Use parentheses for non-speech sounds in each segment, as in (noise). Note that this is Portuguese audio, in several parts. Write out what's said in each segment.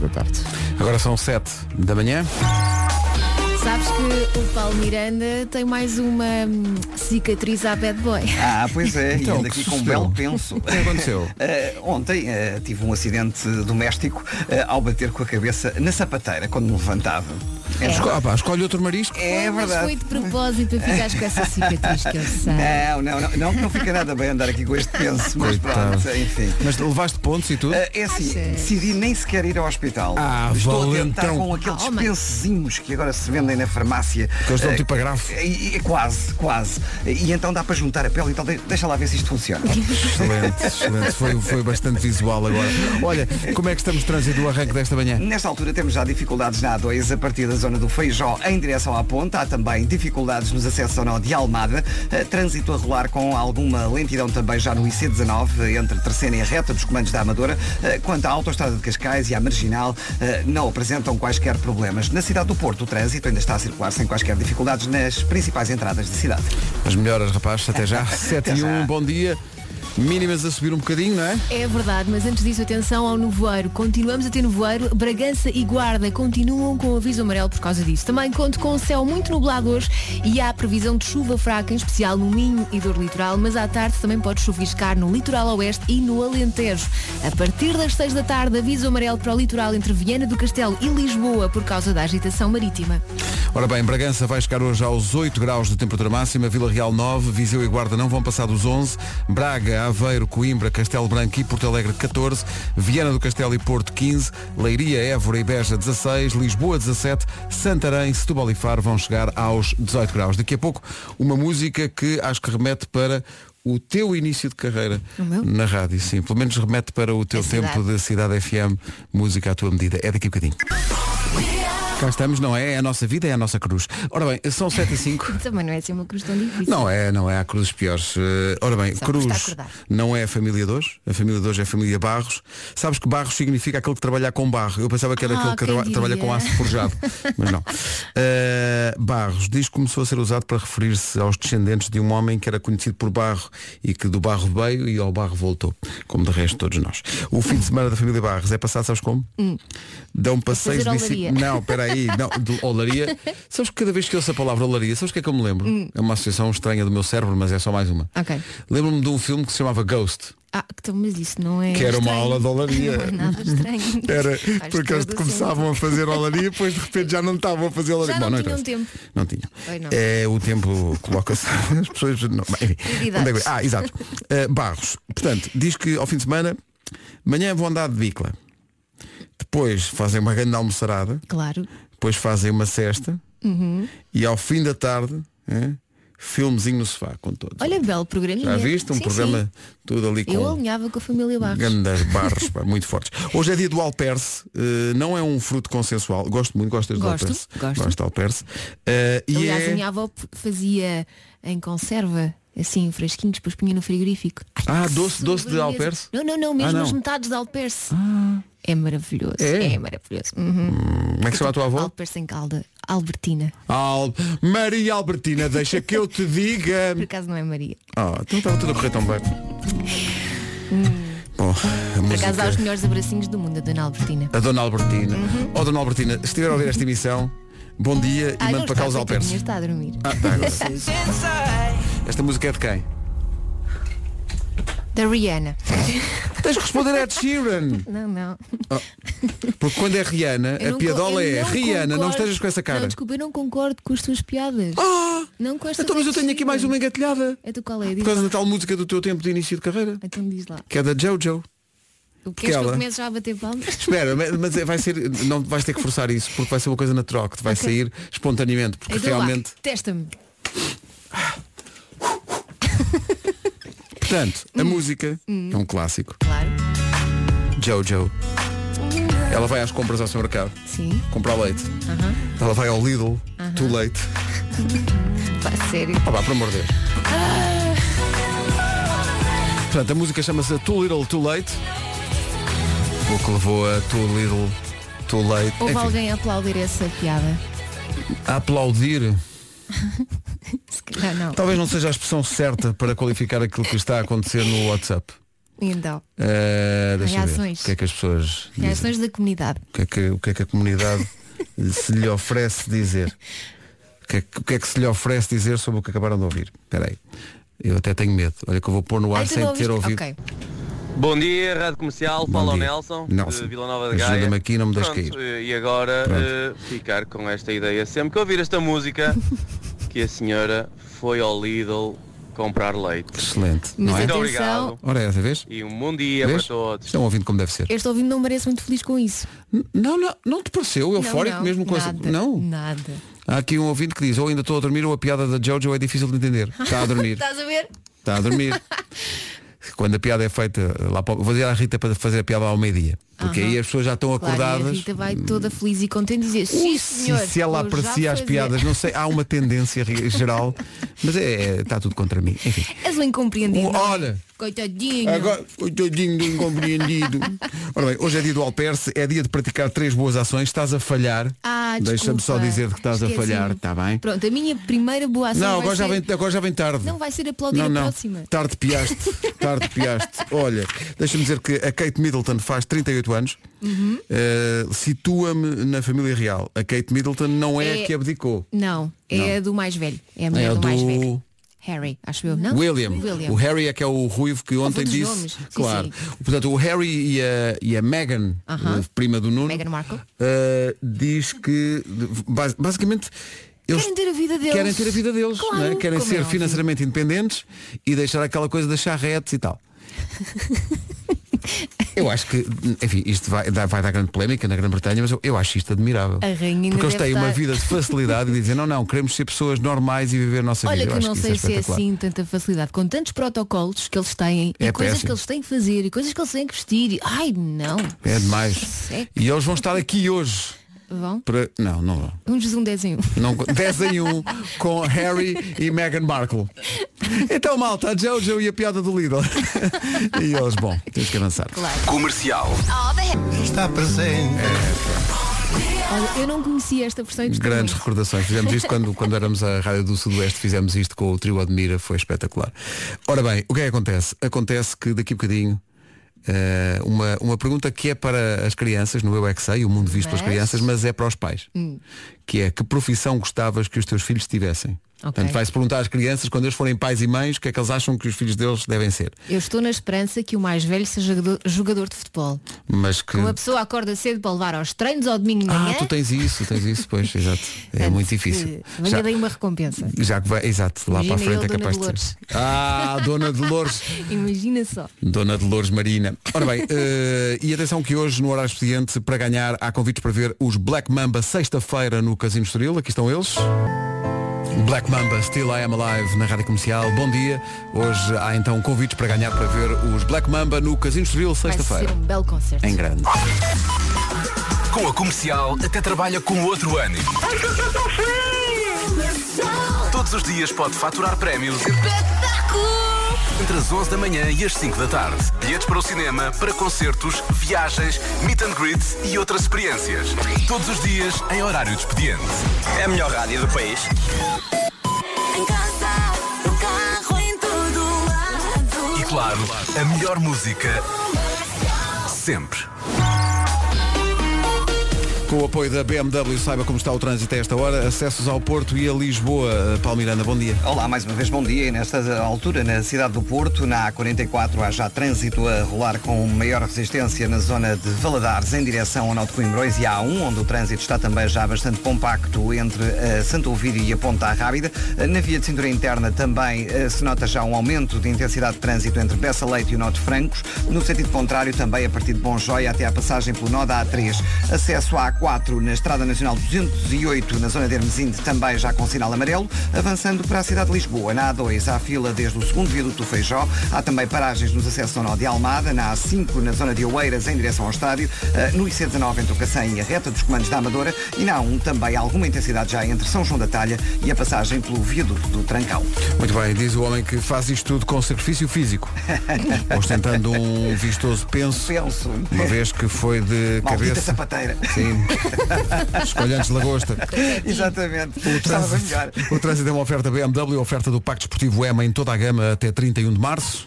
da tarde. Agora são 7 da manhã. Sabes que o Paulo Miranda tem mais uma hum, cicatriz à bad boy. Ah, pois é, Então, e ainda que aqui com um susto. belo (laughs) penso. O que aconteceu? Eh, ontem eh, tive um acidente doméstico eh, ao bater com a cabeça na sapateira quando me levantava. É, Esco- ah, pá, escolhe outro marisco. é Mas foi verdade. de propósito para ficares com essa cicatriz (laughs) que eu sei. Ah, Não, não, não, não, que não fica nada bem andar aqui com este penso, mas Coitado. pronto, enfim. Mas levaste pontos e tudo? Eh, É assim, Achas? decidi nem sequer ir ao hospital. Ah, Estou a tentar valentão. com aqueles Calma. pensezinhos que agora se vendem na farmácia. Que eles dão Eh, tipo a grafo. e- e- Quase, quase. E então dá para juntar a pele, então de- deixa lá ver se isto funciona. Excelente, excelente. Foi, foi bastante visual agora. Olha, como é que estamos de trânsito do arranque desta manhã? Nesta altura temos já dificuldades na A2 a partir da zona do Feijó em direção à Ponta. Há também dificuldades nos acessos ao nó de Almada. Eh, Trânsito a rolar com alguma lentidão também já no IC19, eh, entre terceira e a reta dos comandos da Amadora. Eh, Quanto à Autostrada de Cascais e à Marginal, eh, não apresentam quaisquer problemas. Na cidade do Porto, o trânsito ainda está a circular sem quaisquer dificuldades nas principais entradas da cidade. As melhoras, rapaz, até já. 7 e já. 1, bom dia. Mínimas a subir um bocadinho, não é? É verdade, mas antes disso, atenção ao nevoeiro. Continuamos a ter nevoeiro. Bragança e Guarda continuam com aviso amarelo por causa disso. Também conto com o céu muito nublado hoje e há previsão de chuva fraca, em especial no Minho e dor litoral, mas à tarde também pode chuviscar no litoral oeste e no Alentejo. A partir das 6 da tarde, aviso amarelo para o litoral entre Viena do Castelo e Lisboa por causa da agitação marítima. Ora bem, Bragança vai chegar hoje aos 8 graus de temperatura máxima, Vila Real 9, Viseu e Guarda não vão passar dos 11, Braga, Aveiro, Coimbra, Castelo Branco e Porto Alegre 14, Viana do Castelo e Porto 15, Leiria, Évora e Beja 16, Lisboa 17, Santarém, Setúbal e Faro vão chegar aos 18 graus. Daqui a pouco, uma música que acho que remete para o teu início de carreira O meu? É na rádio, sim. Pelo menos remete para o teu A cidade. tempo de Cidade FM, música à tua medida. É daqui a bocadinho. Cá estamos, não é? É a nossa vida, é a nossa cruz. Ora bem, são 7 e 5. Também não é assim uma questão difícil. Não é, não é, há cruzes piores. Eh, ora bem, Só custa cruz acordar. não é a família de hoje, a família de hoje é a família Barros. Sabes que Barros significa aquele que trabalha com barro. Eu pensava que era Ah, aquele que quem traba- trabalha com diria? aço forjado, mas (laughs) não. Eh, barros diz que começou a ser usado para referir-se aos descendentes de um homem que era conhecido por barro e que do barro veio e ao barro voltou, como de resto todos nós. O fim de semana da família Barros é passado, sabes como? Dão passeios Hum. fazer de bicicleta. olaria. Não, peraí, não, de olaria. Sabes que cada vez que eu ouço a palavra olaria, sabes o que é que eu me lembro? É uma associação estranha do meu cérebro, mas é só mais uma. Hum. Ok. Lembro-me de um filme que se chamava Ghost. Ah, então, mas isso não é. Que era uma estranho. aula de olaria. (laughs) Não é nada estranho. Era Faz porque eles todo começavam a fazer olaria e depois de repente já não estavam a fazer olaria. Já não interessa. tinham tempo. Não tinham. Pois não. É, o tempo coloca-se. (laughs) As pessoas. Não, bem, enfim, Prioridades. onde é que- ah, exato. Eh, Barros. Portanto, diz que ao fim de semana, manhã vão andar de bicla. Depois fazem uma grande almoçarada. Claro. depois fazem uma cesta Uhum. e ao fim da tarde é, filmezinho no sofá com todos. Olha, belo programinha. Já viste um Sim, programa tudo ali sim. Eu com alinhava com a família Barros. grandes barros pá, (laughs) muito fortes. Hoje é dia do alperce, eh, não é um fruto consensual. Gosto muito, gostas do Gosto, alperce. gosto. de alperce. Eh, e Aliás, a é... minha avó p- fazia em conserva, assim, fresquinhos, depois punha no frigorífico. Ai, Ah, que doce- doce de sobremesa. alperce? Não, não, não, mesmo Ah, não. Ah. as metades de alperce. É maravilhoso. É? É, maravilhoso. Uhum. Como é que se chama a tua avó? Alperce em calda, Albertina. Al... Maria Albertina, deixa que eu te (laughs) diga. Por acaso não é Maria. Ah, então estava tudo a correr tão bem. Bom, a Hum. Por música... acaso dá os melhores abracinhos do mundo, a Dona Albertina. a Dona Albertina. Ó Dona Albertina, se estiver a ouvir esta emissão, bom dia e Uhum. Ai, mando Ah, não para está, cá os coitadinha, alperces. Está a dormir. Ah, tá agora. esta música é de quem? Da Rihanna. Tens que responder a Ed Sheeran. Não, não. Porque quando é Rihanna, Eu a não piadola co- eu é não Rihanna, não concordo- estejas com essa cara. Não, desculpa, eu não concordo com as tuas piadas. Ah! Não com esta Então, mas eu tenho aqui mais uma engatilhada. É tu qual é? Por Diz causa lá. da tal música do teu tempo de início de carreira. Então diz lá. Que é da Jojo. O que é que ela- eu comece já a bater (laughs) palmas? Espera, mas- mas é- vai ser. Não vais ter que forçar isso, porque vai ser uma coisa natural que te vai sair espontaneamente, porque Então realmente. lá, testa-me. Portanto, Hum. a música é um clássico. Claro. Jojo. Ela vai às compras ao supermercado. Sim. comprar leite. Aham. Ela vai ao Lidl, tu leite. Pá, sério. Ah, pá, por amor de Deus. Portanto, a música chama-se Too Little Too Late. O que levou a Too Little Too Late Houve enfim, alguém a aplaudir essa piada? a aplaudir. Se calhar não. Talvez não seja a expressão certa para qualificar aquilo que está a acontecer no WhatsApp. Então, Eh, deixa eu ver. Reações. O que é que as pessoas dizem? reações da comunidade. O que é que, o que, é que a (laughs) comunidade se lhe oferece dizer? O que, é, que- o que é que se lhe oferece dizer sobre o que acabaram de ouvir? Espera aí. Eu até tenho medo. Olha que eu vou pôr no ar Ai, tu sem não ter ouviste? ouvido. Ok. Bom dia, Rádio Comercial, Bom Paulo dia. Nelson, Nelson, de Vila Nova de Gaia. ajuda-me aqui, não me deixes Pronto, cair. eh, E agora Pronto. eh, ficar com esta ideia. Sempre que ouvir (laughs) esta música, que a senhora foi ao Lidl comprar leite. Excelente. Mas não é? Muito atenção, obrigado. Ora, é essa vez? E um bom dia Vês? para todos. Estão ouvindo como deve ser. este ouvido não parece muito feliz com isso. N- Não, não, não te pareceu eufórico não, é mesmo com nada, essa. Não. Nada. Há aqui um ouvinte que diz, ou ainda estou a dormir ou a piada da Jojo é difícil de entender. (laughs) Está a dormir. Estás a ver? Está a (laughs) dormir. Quando a piada é feita, lá para... vou dizer à Rita para fazer a piada ao meio-dia. Porque aí as pessoas já estão Claro, e a acordadas. Rita vai toda feliz e contente dizer, sim, senhor. se, se ela vou já aparecia às fazer." piadas, não sei, há uma tendência ri- geral, mas é, é- está tudo contra mim. Enfim. És um incompreendido. Oh, não é? olha. Coitadinho. Agora, o tadinho do incompreendido. Ora bem, hoje é dia do Alperce, é dia de praticar três boas ações, estás a falhar. Ah, Deixa-me só desculpa. dizer que estás a Esqueci-me. falhar, está bem? Pronto, a minha primeira boa ação Não, vai agora, já ser- vem, agora já vem tarde. Não vai ser aplaudir não, a não. próxima. Tarde piaste, tarde (laughs) piaste. Olha, deixa-me dizer que a Kate Middleton faz 38 anos. Uhum. Eh, Situa-me na família real. A Kate Middleton não é, É- a que abdicou. Não, é Não. a do mais velho. É a mulher É a do, mais do- velho. Harry, acho eu, não? William. Ah, William. O Harry é que é o ruivo que ontem dos disse. nomes. Sim, claro. Portanto, o Harry e a, e a Meghan, Aham. eh, prima do Nuno, Meghan Markle. eh, diz que bas- basicamente eles Querem ter a vida deles. querem ter a vida deles, Claro, não é? querem como é ser óbvio. financeiramente independentes e deixar aquela coisa das charretes e (laughs) tal. Eu acho que, enfim, isto vai, dar- vai dar grande polémica na Grã-Bretanha, mas eu, eu acho isto admirável. A rainha ainda Porque eles deve têm uma estar- vida de facilidade e dizem, não, não, queremos ser pessoas normais e viver a nossa Olha vida. que eu eu acho não que sei isso se é é espetacular. assim tanta facilidade, com tantos protocolos que eles têm e É coisas péssimo. que eles têm que fazer e coisas que eles têm que vestir. e- Ai não. É demais. É que E eles vão estar aqui hoje. Vão? Para... Não, não vão. Uns um desenho. Não, 10 em 1 com Harry e Meghan Markle. Então, malta, a Jojo e a piada do Lidl. (laughs) E eles, bom, temos que avançar. Olha, eu não conhecia esta versão e gostei Grandes muito. recordações. Fizemos isto quando, quando éramos a Rádio do Sudoeste, fizemos isto com o trio Admira, foi espetacular. Ora bem, o que é que acontece? Acontece que daqui a bocadinho eh, uma, uma pergunta que é para as crianças, no Eu é que sei, o mundo visto pelas Mas? Hum. crianças, mas é para os pais. Que é que profissão gostavas que os teus filhos tivessem? Ok. Portanto, vai-se perguntar às crianças, quando eles forem pais e mães, o que é que eles acham que os filhos deles devem ser. Eu estou na esperança que o mais velho seja jogador, jogador de futebol. Mas que. Uma pessoa acorda cedo para levar aos treinos ao domingo de Hum. Ah, manhã. tu tens isso, tens isso, pois, exato. É Portanto, muito que difícil. Venha Já- daí uma recompensa. Já que vai, exato, lá Imagina para a frente eu, é Dona capaz Dolores. de ter. Ah, Dona Dolores. Imagina só. (laughs) Dona Dolores Marina. Ora bem, eh, e atenção que hoje, no horário expediente, para ganhar, há convites para ver os Black Mamba sexta-feira no Casino Estoril. Aqui estão eles. Black Mamba, Still I Am Alive na Rádio Comercial. Bom dia. Hoje há então convites para ganhar para ver os Black Mamba no Casino Estoril Vai ser sexta-feira. um belo concerto. Em grande. Com a comercial, até trabalha com outro ano. Todos os dias pode faturar prémios entre as 11 da manhã e as 5 da tarde. Bilhetes para o cinema, para concertos, viagens, meet and greets e outras experiências. Todos os dias em horário de expediente. É a melhor rádio do país. Em casa, no carro, em todo lado. E claro, a melhor música sempre. Com o apoio da BMW, saiba como está o trânsito a esta hora. Acessos ao Porto e a Lisboa. Palmiranda, bom dia. Olá, mais uma vez, bom dia. E nesta altura, na cidade do Porto, na A44, há já trânsito a rolar com maior resistência na zona de Valadares, em direção ao Norte de Coimbrões e a A1, onde o trânsito está também já bastante compacto entre eh, Santo Ovídio e a Ponta Rábida. Eh, Na via de cintura interna também eh, se nota já um aumento de intensidade de trânsito entre Peça Leite e o Norte Francos. No sentido contrário, também a partir de Bom Joia até à passagem pelo Nó da A3. Acesso à A4 na Estrada Nacional 208, na zona de Hermesinde, também já com sinal amarelo, avançando para a cidade de Lisboa. Na A2, há fila desde o segundo viaduto do Feijó. Há também paragens nos acessos ao Nó de Almada, na A5, na zona de Oeiras, em direção ao estádio, eh, no IC19, entre o Cacém e a reta dos comandos da Amadora, e na A1 também alguma intensidade já entre São João da Talha e a passagem pelo viaduto do Trancão. Muito bem, diz o homem que faz isto tudo com sacrifício físico, (laughs) ostentando um vistoso penso, Penso, uma vez que foi de maldita cabeça. sapateira. (laughs) Sim. Escolhantes de lagosta. Exatamente. O Estava melhor. trânsito, o trânsito é uma oferta BMW, oferta do Pacto Esportivo EMA em toda a gama até 31 de um março.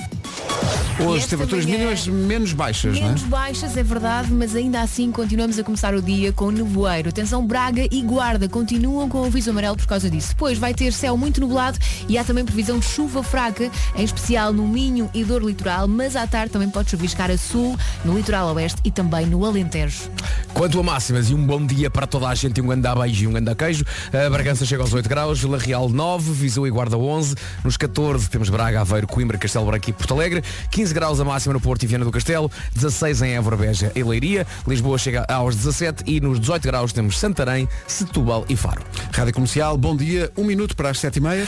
E Hoje esta temperaturas manhã- mínimas menos baixas, não é? Menos baixas, é verdade, mas ainda assim continuamos a começar o dia com nevoeiro. Atenção, Braga e Guarda continuam com o aviso amarelo por causa disso. Depois vai ter céu muito nublado e há também previsão de chuva fraca, em especial no Minho e Dor Litoral, mas à tarde também pode chuviscar a sul, no litoral oeste e também no Alentejo. Quanto a máximas e um bom dia para toda a gente, um grande beijo e um grande queijo. A Bragança chega aos 8 graus, Vila Real 9, Viseu e Guarda 11. Nos 14 temos Braga, Aveiro, Coimbra, Castelo Branco e Porto Alegre. 15 graus a máxima no Porto e Viana do Castelo. 16 em Évora, Beja e Leiria. Lisboa chega aos 17 e nos 18 graus temos Santarém, Setúbal e Faro. Rádio Comercial, bom dia, um minuto para as sete e meia.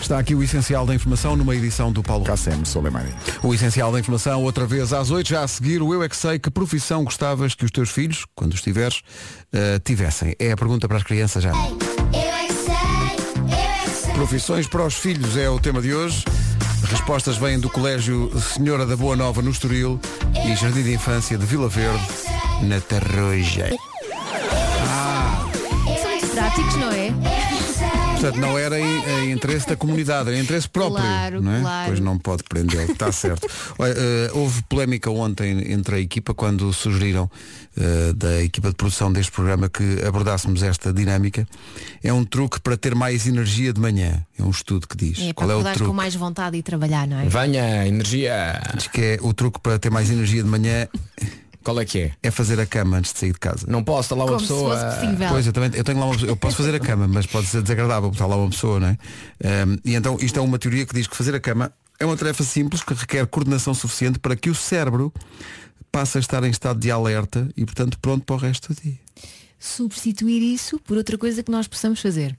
Está aqui o essencial da informação numa edição do Paulo KCM Soleimani. O essencial da informação, outra vez às 8, já a seguir, o Eu É Que Sei, que profissão gostavas que os teus filhos, quando os tiveres, eh, tivessem? É a pergunta para as crianças já. Eu é que sei, eu é que sei. Profissões para os filhos é o tema de hoje. Respostas vêm do Colégio Senhora da Boa Nova no Estoril e Jardim de Infância de Vila Verde, na Tarroja. Eu é que sei, Práticos, não é? eu é que sei. Portanto, não era em, em interesse da comunidade, era em interesse próprio. Claro, não é? claro. Pois não pode prender, (laughs) está certo. Olha, eh, houve polémica ontem entre a equipa quando sugeriram eh, da equipa de produção deste programa que abordássemos esta dinâmica. É um truque para ter mais energia de manhã. É um estudo que diz. É para Qual é o acordar truque? com mais vontade e trabalhar, não é? Venha, energia. Diz que é o truque para ter mais energia de manhã Qual é que é? é fazer a cama antes de sair de casa. Não posso, está lá uma Como se pessoa. eh, é. fosse possível. Pois, eu também eu tenho lá uma pessoa- eu posso fazer a cama, mas pode ser desagradável botar lá uma pessoa, não é? Ahm, e então isto é uma teoria que diz que fazer a cama é uma tarefa simples que requer coordenação suficiente para que o cérebro passe a estar em estado de alerta e portanto pronto para o resto do dia. Substituir isso por outra coisa que nós possamos fazer.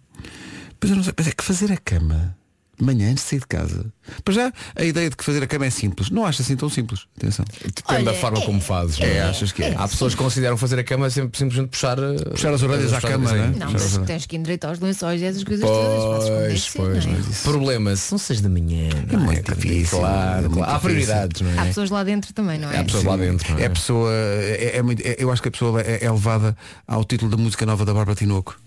Mas eu não sei, mas é que fazer a cama de manhã antes de sair de casa. Para já, a ideia de que fazer a cama é simples. Não acho assim tão simples. Atenção. Depende da forma como fazes. É, achas que é? Há pessoas que consideram fazer a cama sempre simplesmente puxar, eh, Puxar as orelhas à puxar- cama, sim. né? Não, Já mas sei. tens que endireitar os lençóis e essas coisas todas. é. Pois, fazes como deve pois. ser, não é? Problema, são seis da manhã. não é? muito difícil, é Claro, muito claro. Há difícil. prioridades, não Há é? pessoas lá dentro também, não é? Há pessoas lá dentro. não É é? a pessoa, é, é muito, é- eu acho que a pessoa é, é levada ao título da música nova da Bárbara Tinoco,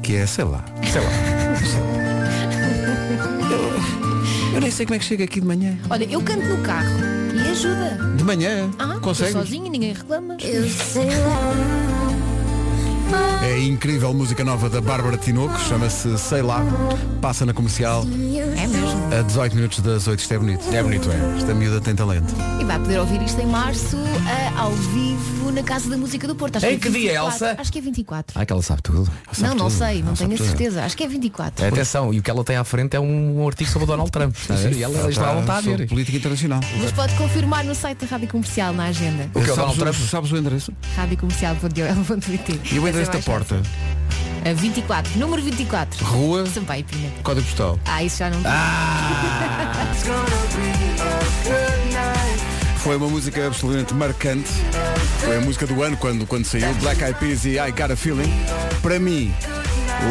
que é, sei lá. Sei lá. Eu, eu nem sei como é que chega aqui de manhã. Olha, eu canto no carro e ajuda. De manhã, Ah, consegue? estou sozinha, ninguém reclama. Eu sei lá. É a incrível música nova da Bárbara Tinoco, chama-se Sei Lá, passa na comercial É mesmo. a 18 minutos das 8, isto é bonito. É bonito, é. Esta miúda tem talento. E vai poder ouvir isto em março, ah, ao vivo, na Casa da Música do Porto. Acho Em é que dia, 24. Elsa? Acho que é 24. Ah, que ela sabe tudo. não, não tudo. sei, não Ela tenho sabe a tudo. certeza. Acho que é 24. Atenção, e o que ela tem à frente é um artigo sobre o Donald Trump. está a ver? E ela está, não está a sobre ver. política internacional. Mas pode confirmar no site da Rádio Comercial, na agenda. O que é o sabes, Donald Trump? sabes o endereço? (laughs) radiocomercial.ol.pt E o endereço Essa é da mais porta? fácil. A 24, número 24. Rua, Sampaio Pinha. código postal. Ah, isso já não (laughs) Foi uma música absolutamente marcante. Foi a música do ano quando, quando saiu Black Eyed Peas e I Got a Feeling. Para mim,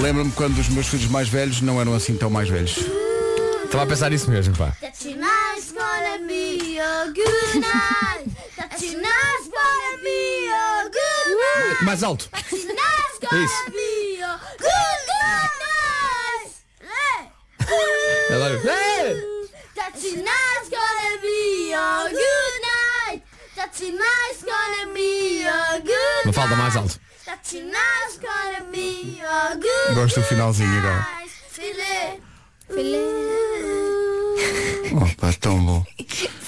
lembro-me quando os meus filhos mais velhos não eram assim tão mais velhos. Estava a pensar nisso mesmo, pá. That's your nice gonna be a good night. That's your nice gonna be a good night. Mais alto. That's your nice Isso. gonna be a good night. Hey. Ela- É! That tonight's gonna be a good night. That tonight's gonna be a good Uma night. falda mais alto. That tonight's gonna be a good Gosto do finalzinho agora. night. Filé. Filé. Opa, tão bom.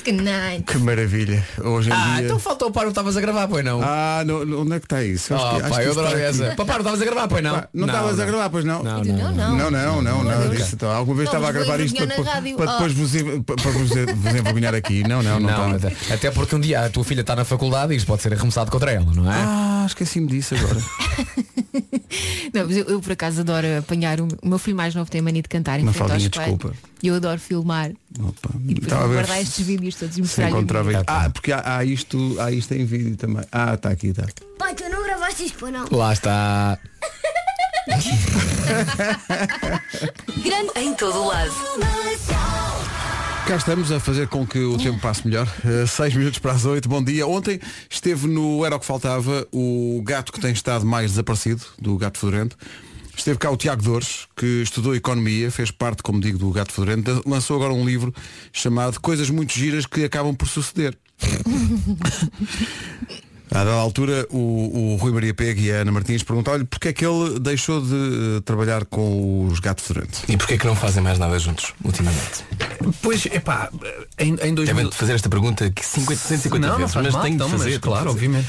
Não. Que maravilha. Hoje em Ah, dia. então faltou o pá, não estavas a gravar, pois não. eh, Ah, não, não- onde é que está isso? Ah, que- pá, que eu isso adorava está essa. aqui. Papá, não estavas a gravar, pois não. Pá, Não estavas a gravar, pois não? Não, Não, não. Não, não, não, não, disse, então, alguma vez Não, estava a mas vou gravar isto para, envergonhar na depois- rádio. para depois Oh. vos, en- para vos, vos envergonhar aqui. Não, não, não. Não, estava. até- até porque um dia a tua filha está na faculdade e isto pode ser arremessado contra ela, não é? Ah, esqueci-me disso (laughs) agora. Não, mas eu, eu, por acaso adoro apanhar o, o meu filho mais novo tem a mania de cantar em Uma frente ao faldinha, espelho. desculpa. E eu adoro filmar Opa, e depois estava a ver guardar estes vídeos todos e se mostrar-lhe. encontrava o isto. Ah, porque há, há isto, há isto em vídeo também. Ah, está aqui, está. Pai, tu não gravaste isto, não? Lá está. Grande em todo o lado. Cá estamos a fazer com que o tempo passe melhor. 6 minutos para as 8, bom dia. Ontem esteve no Era o que Faltava o gato que tem estado mais desaparecido, do gato fedorento. Esteve cá o Tiago Dores, que estudou economia, fez parte, como digo, do Gato Fedorento, lançou agora um livro chamado Coisas Muito Giras que Acabam por Suceder. (laughs) A dada altura, o, o Rui Maria Pego e a Ana Martins perguntaram-lhe porque é que ele deixou de eh, trabalhar com os Gato Fedorento. E porquê que não fazem mais nada juntos, ultimamente? Pois, epá, em, em 2000... Devem É fazer esta pergunta que 50, 150 não, não vezes, faz mas mal, tenho então, de fazer. mas, tenho de claro, fazer. obviamente.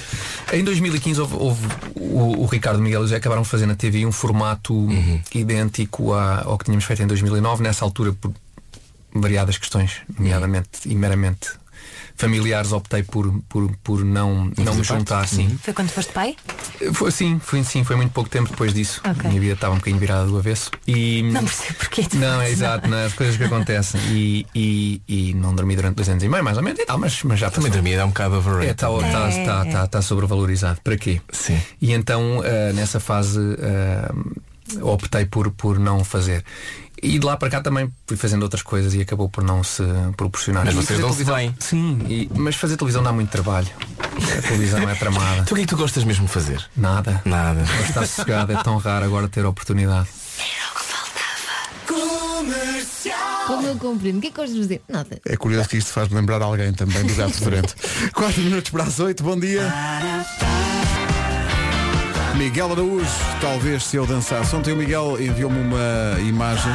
Em 2015 houve, houve o, o Ricardo Miguel e o José acabaram de fazer na TV um formato Uhum. idêntico à- ao que tínhamos feito em 2009, nessa altura por variadas questões, nomeadamente e meramente familiares, optei por, por, por não, não me fazer parte? juntar, sim. Foi quando foste pai? Foi, Eh, sim, foi, sim, foi muito pouco tempo depois disso. Ok. A minha vida estava um bocadinho virada do avesso. E, Não percebo porquê. não, é exato, não, as coisas que acontecem. E, e, e não dormi durante dois anos e meio, mais ou menos, e tal, mas, mas já Também passou. dormir é um bocado É, overrated. está tá, tá, tá, tá sobrevalorizado. Para quê? É, Sim. E então, ah, nessa fase, ah, optei por, por não fazer. E de lá para cá também fui fazendo outras coisas e acabou por não se proporcionar. Mas E vocês fazer dão-se televisão- bem. Sim, e- mas fazer televisão dá muito trabalho. A televisão é tramada. Tu o que é que tu gostas mesmo de fazer? Nada. Nada. Mas Está sossegado, é tão raro agora ter a oportunidade. Como eu compreendo, o que é que gostas de dizer? Nada. É curioso que isto faz lembrar alguém também do gato diferente. 4 minutos para as 8, bom dia. Miguel Araújo, talvez se eu dançasse. Ontem o Miguel enviou-me uma imagem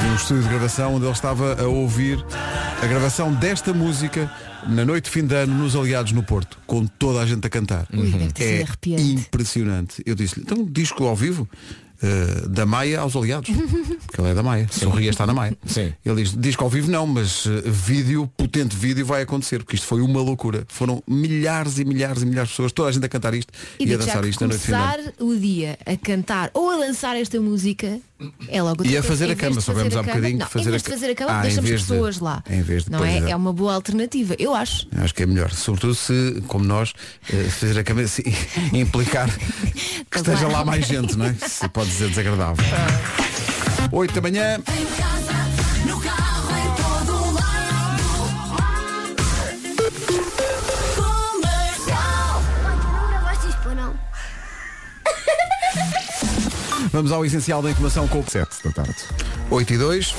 de um estúdio de gravação onde ele estava a ouvir a gravação desta música na noite de fim de ano nos Aliados no Porto, com toda a gente a cantar. Ui, deve ter sido É arrepiante. impressionante. Eu disse-lhe, então disco ao vivo? eh, da Maia aos (laughs) aliados porque ele é da Maia, sorria está na Maia Sim. ele diz, diz que ao vivo não, mas eh, vídeo, potente vídeo vai acontecer, porque isto foi uma loucura. Foram milhares e milhares e milhares de pessoas, toda a gente a cantar isto e, a digo já dançar (laughs) que isto na noite final. começar o dia a cantar ou a lançar esta música é logo outra E a coisa. fazer a Em vez cama, de soubemos fazer a há cama- bocadinho que não, fazer em a vez de ca- fazer a cama Ah, em deixamos vez de- pessoas lá em vez de- não pois, é exato. é uma boa alternativa eu acho Acho que é melhor, sobretudo se, como nós, eh, fazer a cabeça e (laughs) implicar que esteja lá mais gente, não é? Se pode dizer desagradável. 8 da manhã, Em casa, no carro, em todo lado. Comercial. não gravaste isto, não? vamos ao essencial da informação com o 7 da tarde. 8 e 2.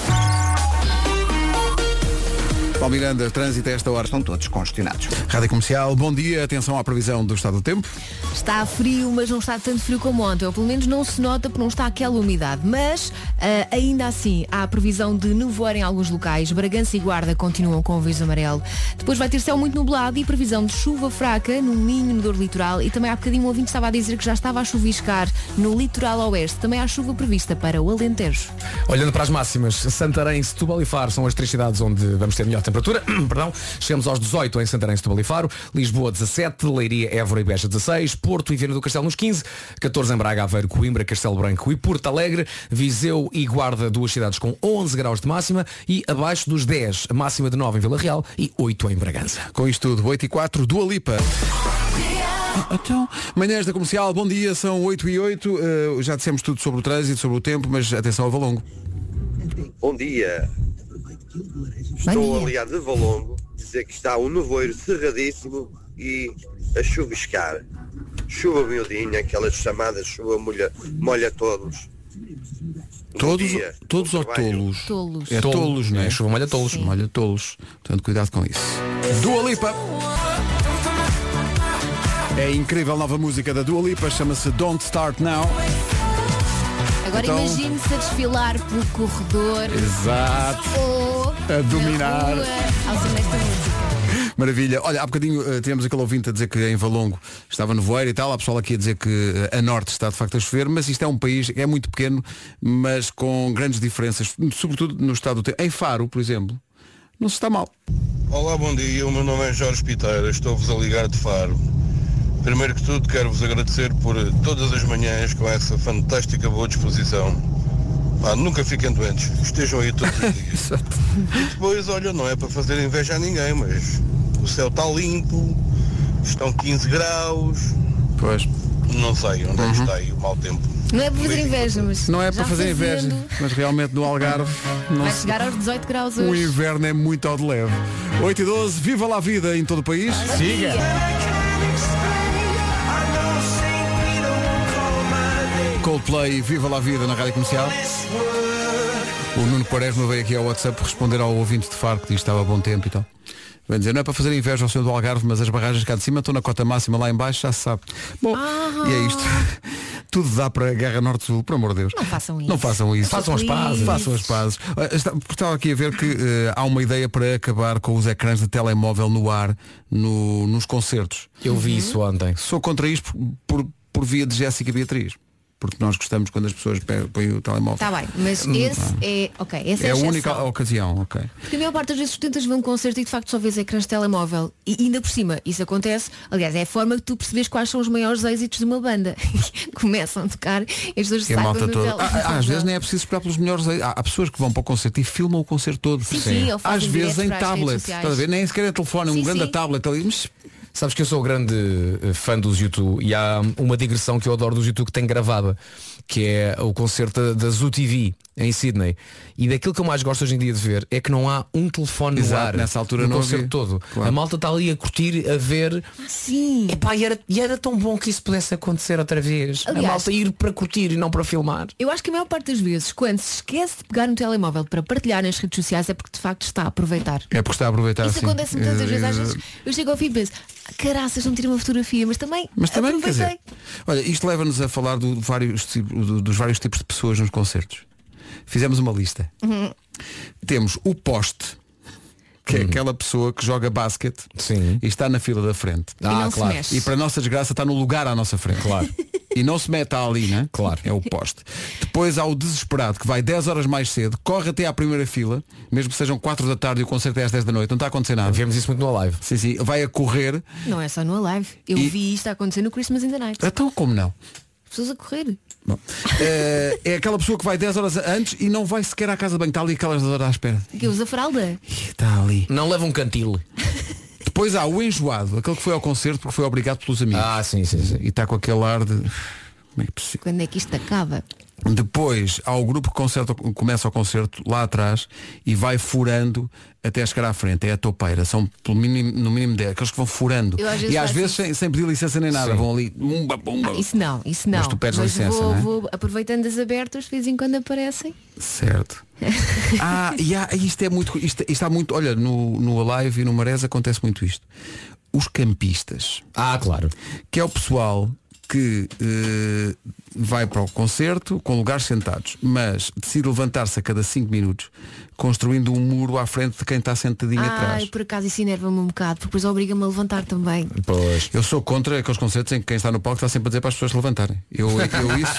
Paulo Miranda, trânsito a esta hora. Estão todos congestionados. Rádio Comercial, bom dia, atenção à previsão do estado do tempo. Está frio, mas não está tanto frio como ontem, ou pelo menos não se nota porque não está aquela umidade. Mas ah, ainda assim há a previsão de nevoar em alguns locais. Bragança e Guarda continuam com o aviso amarelo. Depois vai ter céu muito nublado e previsão de chuva fraca no Minho, no Douro Litoral e também há bocadinho um ouvinte estava a dizer que já estava a chuviscar no litoral oeste. Também há chuva prevista para o Alentejo. Olhando para as máximas, Santarém, Setúbal e Faro são as três cidades onde vamos ter melhor temperatura. (clears throat) Perdão. Chegamos aos 18 em Santarém, Setúbal e Faro. Lisboa, 17. Leiria, Évora e Beja, 16. Porto e Viana do Castelo, nos 15. 14 em Braga, Aveiro, Coimbra, Castelo Branco e Porto Alegre. Viseu e Guarda, duas cidades com 11 graus de máxima. E abaixo dos 10, máxima de 9 em Vila Real e 8 em Bragança. Com isto tudo, 8 e 4, Dua Lipa. Então, manhãs da comercial, bom dia, são 8 e 8. eh, já dissemos tudo sobre o trânsito, sobre o tempo, mas atenção ao Valongo. Bom dia. Bom Estou, dia. aliás, a Valongo dizer que está um nevoeiro cerradíssimo e a chuviscar. Chuva miudinha, aquela chamada chuva molha, molha todos. Bom Todos, dia, todos bom ou trabalho. tolos? Tolos. É tolos, não é? É, chuva molha tolos. Sim. Molha tolos. Portanto, cuidado com isso. Dua Lipa. É incrível nova música da Dua Lipa, chama-se Don't Start Now. Agora Então- imagine-se a desfilar pelo corredor Exato. ou A dominar. na rua, ao som desta música. Maravilha. Olha, há bocadinho eh, tivemos aquele ouvinte a dizer que em Valongo estava nevoeiro e tal. Há pessoal aqui a dizer que eh, a norte está de facto a chover, mas isto é um país, é muito pequeno, mas com grandes diferenças, sobretudo no estado do tempo. Em Faro, por exemplo, não se está mal. Olá, bom dia. O meu nome é Jorge Piteira. Estou-vos a ligar de Faro. Primeiro que tudo, quero-vos agradecer por todas as manhãs com essa fantástica boa disposição. Pá, nunca fiquem doentes. Estejam aí todos os (laughs) dias. e depois, olha, não é para fazer inveja a ninguém, mas o céu está limpo, estão 15 graus. Pois. Não sei onde é que está aí o mau tempo. Não é para fazer inveja, mas Não é já para fazer fazendo, inveja, mas realmente no Algarve não Vai se... chegar aos 18 graus o hoje. inverno é muito ao de leve. 8 e 12, viva lá a vida em todo o país. Siga. Coldplay, Viva La Vida na Rádio Comercial. O Nuno Quaresma veio aqui ao WhatsApp responder ao ouvinte de Faro que diz que estava a bom tempo e tal. Vem dizer, não é para fazer inveja ao senhor do Algarve, mas as barragens cá de cima estão na cota máxima, lá em baixo já se sabe. Bom, e é isto. Ah. (laughs) Tudo dá para a Guerra Norte-Sul, por amor de Deus. Não façam isso. Não façam isso. Façam as pazes. Façam as pazes. Ah, está- Estava aqui a ver que eh, há uma ideia para acabar com os ecrãs de telemóvel no ar no- nos concertos. Eu vi isso ontem. Sou contra isto por, por- por via de Jéssica Beatriz. Porque nós gostamos quando as pessoas pe- põem o telemóvel. Está Tá bem, mas esse é. Ok, Hum. essa é, é a exceção. única ocasião, ok. Porque a maior parte das vezes os tentas vão a um concerto e de facto só vês ecrãs de telemóvel. E ainda por cima, isso acontece, aliás, é a forma que tu percebes quais são os maiores êxitos de uma banda. (laughs) Começam a tocar e as pessoas E a saem malta do toda. hotel. Ah, ah, Às vezes nem é preciso esperar pelos melhores. Há, há pessoas que vão para o concerto e filmam o concerto todo. Sim, sim, ou fazem às vezes em direto para as redes tablet. sociais. Estás a ver? Nem sequer é telefone, é um Sim, grande sim. tablet ali. Mas Sabes que eu sou grande eh, fã dos YouTube e há uma digressão que eu adoro dos YouTube que tem gravada, que é o concerto da- da Zoo TV em Sydney. E daquilo que eu mais gosto hoje em dia de ver é que não há um telefone no Exato, ar nessa altura no não concerto havia. todo. Claro. A malta está ali a curtir, a ver. Sim. Epá, e, era, e era tão bom que isso pudesse acontecer outra vez. Aliás- a malta ir para curtir e não para filmar. Eu acho que a maior parte das vezes, quando se esquece de pegar no telemóvel para partilhar nas redes sociais, é porque de facto está a aproveitar. é porque está a aproveitar. Isso sim. acontece muitas Eh, vezes. Às eh, vezes eu chego ao fim e penso, caraças, não me tirei uma fotografia, mas também, eh, Mas também, É quer aproveitei. dizer, olha, isto leva-nos a falar do vários ti- do- dos vários tipos de pessoas nos concertos. Fizemos uma lista. Uhum. Temos o poste, que é Uhum. aquela pessoa que joga basquete e está na fila da frente. E não Ah, se claro. mexe. E para nossa desgraça está no lugar à nossa frente. Claro. E não se mete ali, né? Claro. É o poste. Depois há o desesperado que vai 10 horas mais cedo, corre até à primeira fila, mesmo que sejam 4 da tarde e o concerto é às 10 da noite, não está a acontecer nada. Vemos isso muito no live. Sim, sim. Vai a correr. Não é só no live. Eu E- vi isto a acontecer no Christmas in the Night. Então como não? Pessoas a correr. Eh, é aquela pessoa que vai 10 horas antes e não vai sequer à casa de banho. Está ali aquelas 10 horas à espera. Que usa fralda. Está ali. Não leva um cantil. Depois há o enjoado, aquele que foi ao concerto porque foi obrigado pelos amigos. Ah, sim, sim, sim. E está com aquele ar de. Como é que é possível? Quando é que isto acaba? Depois há o grupo que concerta- começa o concerto lá atrás e vai furando até chegar à frente. É a topeira. São pelo mínimo, no mínimo 10. Aqueles que vão furando. Eu às vezes e às faço vezes sem, sem pedir licença nem nada. Sim. Vão ali. Bumba, bumba. Isso não, isso não. Mas tu pedes licença, vou, não é? vou aproveitando as abertas, de vez em quando aparecem. Certo. ah, e há- isto é muito. Isto, isto há muito. Olha, no, no Alive e no Marés acontece muito isto. Os campistas. Ah, claro. Que é o pessoal que eh, vai para o concerto com lugares sentados, mas decide levantar-se a cada 5 minutos, construindo um muro à frente de quem está sentadinho Ai, atrás. por acaso isso enerva-me um bocado, porque depois obriga-me a levantar também. Pois. Eu sou contra aqueles concertos em que quem está no palco está sempre a dizer para as pessoas se levantarem. Eu, eu isso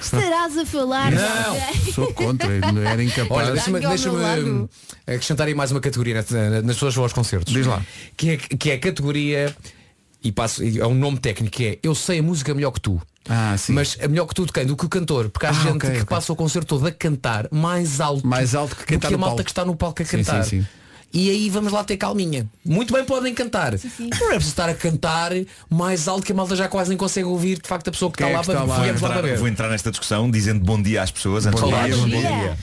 Estarás a falar. Não. sou contra, era incapaz. Olha, deixa-me Aqui ao deixa-me, meu lado. hum, acrescentar aí mais uma categoria nas, nas pessoas que vão aos concertos. Diz lá. Que é, que é a categoria, e passo, e é um nome técnico, que é Eu sei a música melhor que tu. Ah, sim. Mas é melhor que tu de quem? Do que o cantor, porque há Ah, gente ok, que ok. passa o concerto todo a cantar mais alto, Mais alto que do quem está que a no malta palco. que está no palco a Sim, cantar. sim, sim. E aí vamos lá ter calminha. Muito bem podem cantar. Não é preciso estar a cantar mais alto que a malta já quase nem consegue ouvir de facto a pessoa que Quem está Tá lá é que para está lá? viemos lá Entrar- para ver. vou entrar nesta discussão dizendo bom dia às pessoas antes Bom de dia, falar. bom dia.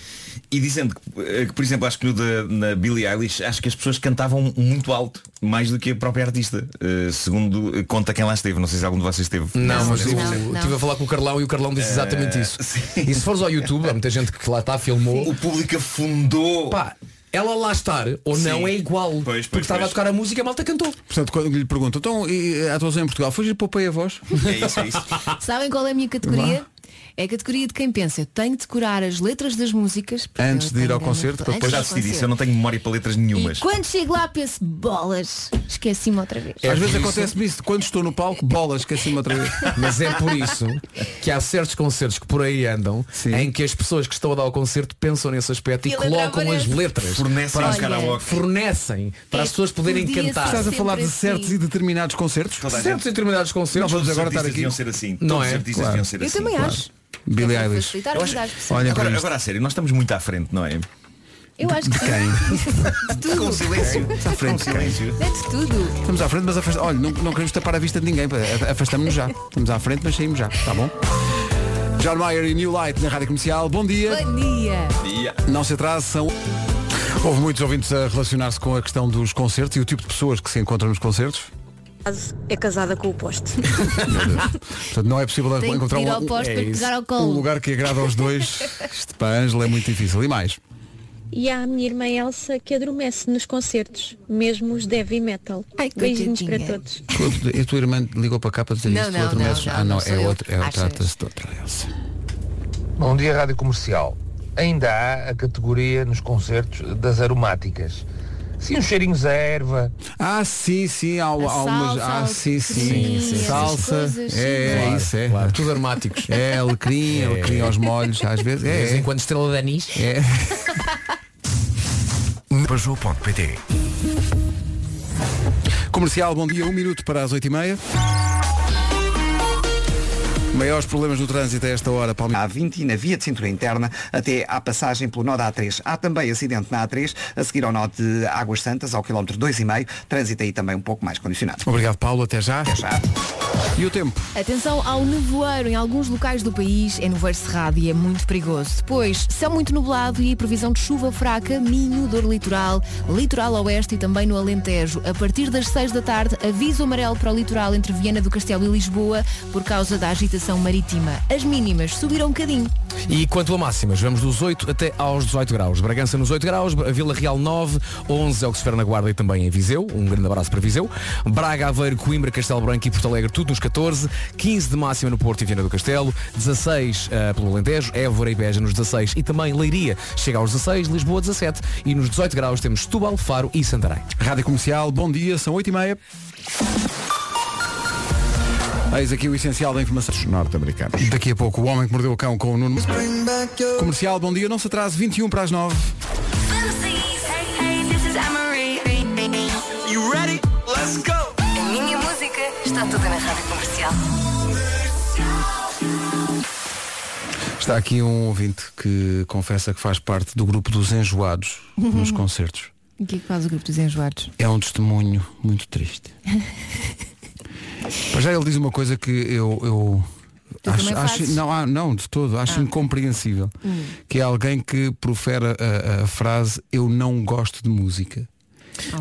E dizendo que, eh, que, por exemplo, acho que no da, na Billie Eilish, acho que as pessoas cantavam muito alto, mais do que a própria artista, eh, segundo eh, conta quem lá esteve. Não sei se algum de vocês esteve. Não, mas Nesse eu concerto. eu estive a falar com o Carlão e o Carlão disse exatamente Eh, isso. (laughs) E se fores ao YouTube, há muita gente que lá está, filmou. O público afundou. Pá, ela lá estar ou não é igual. porque estava a tocar a música e a malta cantou. Portanto, quando lhe pergunto, então e a atuação em Portugal, foi giro, poupei a voz? É isso, é isso. Sabem qual é a minha categoria? É a categoria de quem pensa, eu tenho de decorar as letras das músicas porque Antes eu de ir tenho ao grande concerto, para influência. Depois já Antes do decidi isso, concerto. eu não tenho memória para letras nenhumas. Quando chego lá penso, bolas, esqueci-me outra vez. Às vezes acontece-me É isso, quando estou no palco, bolas, esqueci-me outra vez. Mas é por isso que há certos concertos que por aí andam em que as pessoas que estão a dar o concerto pensam nesse aspecto e, E a letra colocam as aparece. letras. Fornecem para os as- karaoke. Fornecem para as pessoas poderem podia cantar. Estás a falar de certos e determinados concertos? Toda a Certos gente- e determinados Não concertos. vamos agora estar aqui. estar aqui. Deviam ser assim. Não Todos é? os artistas Claro. deviam ser Eu assim. também claro. acho. Billie Para Eilish. facilitar a vida às pessoas. Olha para Agora, isto. agora a sério, nós estamos muito à frente, não é? Eu acho que Quem? Com silêncio. à frente Com de quem? silêncio. é de tudo. Estamos à frente, mas afastamos. Olha, não, não queremos tapar a vista de ninguém. Afastamos-nos já. Estamos à frente, mas saímos já. Está bom? John Mayer e New Light na Rádio Comercial. Bom dia. Bom dia. Yeah. Não se atrase, são. Houve muitos ouvintes a relacionar-se com a questão dos concertos e o tipo de pessoas que se encontram nos concertos. É casada com o (laughs) poste. Portanto, não é possível Tem que encontrar ir um, ao posto é para isso. pegar ao colo. um lugar que agrada aos dois. Isto para a Ângela é muito difícil. E mais? E há a minha irmã Elsa que adormece nos concertos, mesmo os de heavy metal. Beijinhos para todos. A tua irmã ligou para cá para dizer Não, isto? não, outro não, mês? não, ah, não, não é sou eu. outra. É, Acho Trata-se de outra Elsa. Bom dia, Rádio Comercial. Ainda há a categoria nos concertos das aromáticas. Sim, os cheirinhos à erva. Ah, sim, sim, há, há umas. Ah, sim, sim. alecrim, essas Salsa. coisas, é, sim. é assim. isso, é. Tudo aromáticos. É, alecrim, alecrim aos molhos, às é, vezes. é. De vez em quando estrela de anis. É. Pajou.pt Comercial, bom dia, um minuto para as 8 e meia. Maiores problemas no trânsito a esta hora, Palmeiras. A 20 na via de cintura interna até à passagem pelo nó da A3. Há também acidente na A3, a seguir ao nó de Águas Santas, ao quilómetro 2,5. Trânsito aí também um pouco mais condicionado. Obrigado, Paulo. Até já. Até já. E o tempo? Atenção ao nevoeiro em alguns locais do país, é nevoeiro cerrado e é muito perigoso. Depois, céu muito nublado e previsão de chuva fraca, Minho, dor litoral, litoral oeste e também no Alentejo. A partir das 6 da tarde, aviso amarelo para o litoral entre Viana do Castelo e Lisboa por causa da agitação marítima. As mínimas subiram um bocadinho. E quanto a máximas, vamos dos 8 até aos 18 graus. Bragança nos 8 graus, Vila Real 9, 11 é o que se espera na Guarda e também em Viseu. Um grande abraço para Viseu. Braga, Aveiro, Coimbra, Castelo Branco e Porto Alegre, tudo nos 14. 15 de máxima no Porto e Viana do Castelo. 16 eh, pelo Alentejo, Évora e Beja nos 16 e também Leiria chega aos 16, Lisboa 17 e nos 18 graus temos Setúbal, Faro e Santarém. Rádio Comercial, bom dia, são 8 e meia. Eis aqui o essencial da informação dos norte-americanos. Daqui a pouco, o homem que mordeu o cão com o Nuno. Comercial, bom dia, não se atrase, 21 para as 9. You ready? Let's go! A minha música está toda na rádio comercial. Está aqui um ouvinte que confessa que faz parte do grupo dos enjoados nos concertos. O que é que faz o grupo dos enjoados? É um testemunho muito triste. Para já ele diz uma coisa que eu, eu Tu também fazes? não, ah, não, de todo, acho incompreensível. Hum. Que é alguém que profere a, a frase eu não gosto de música.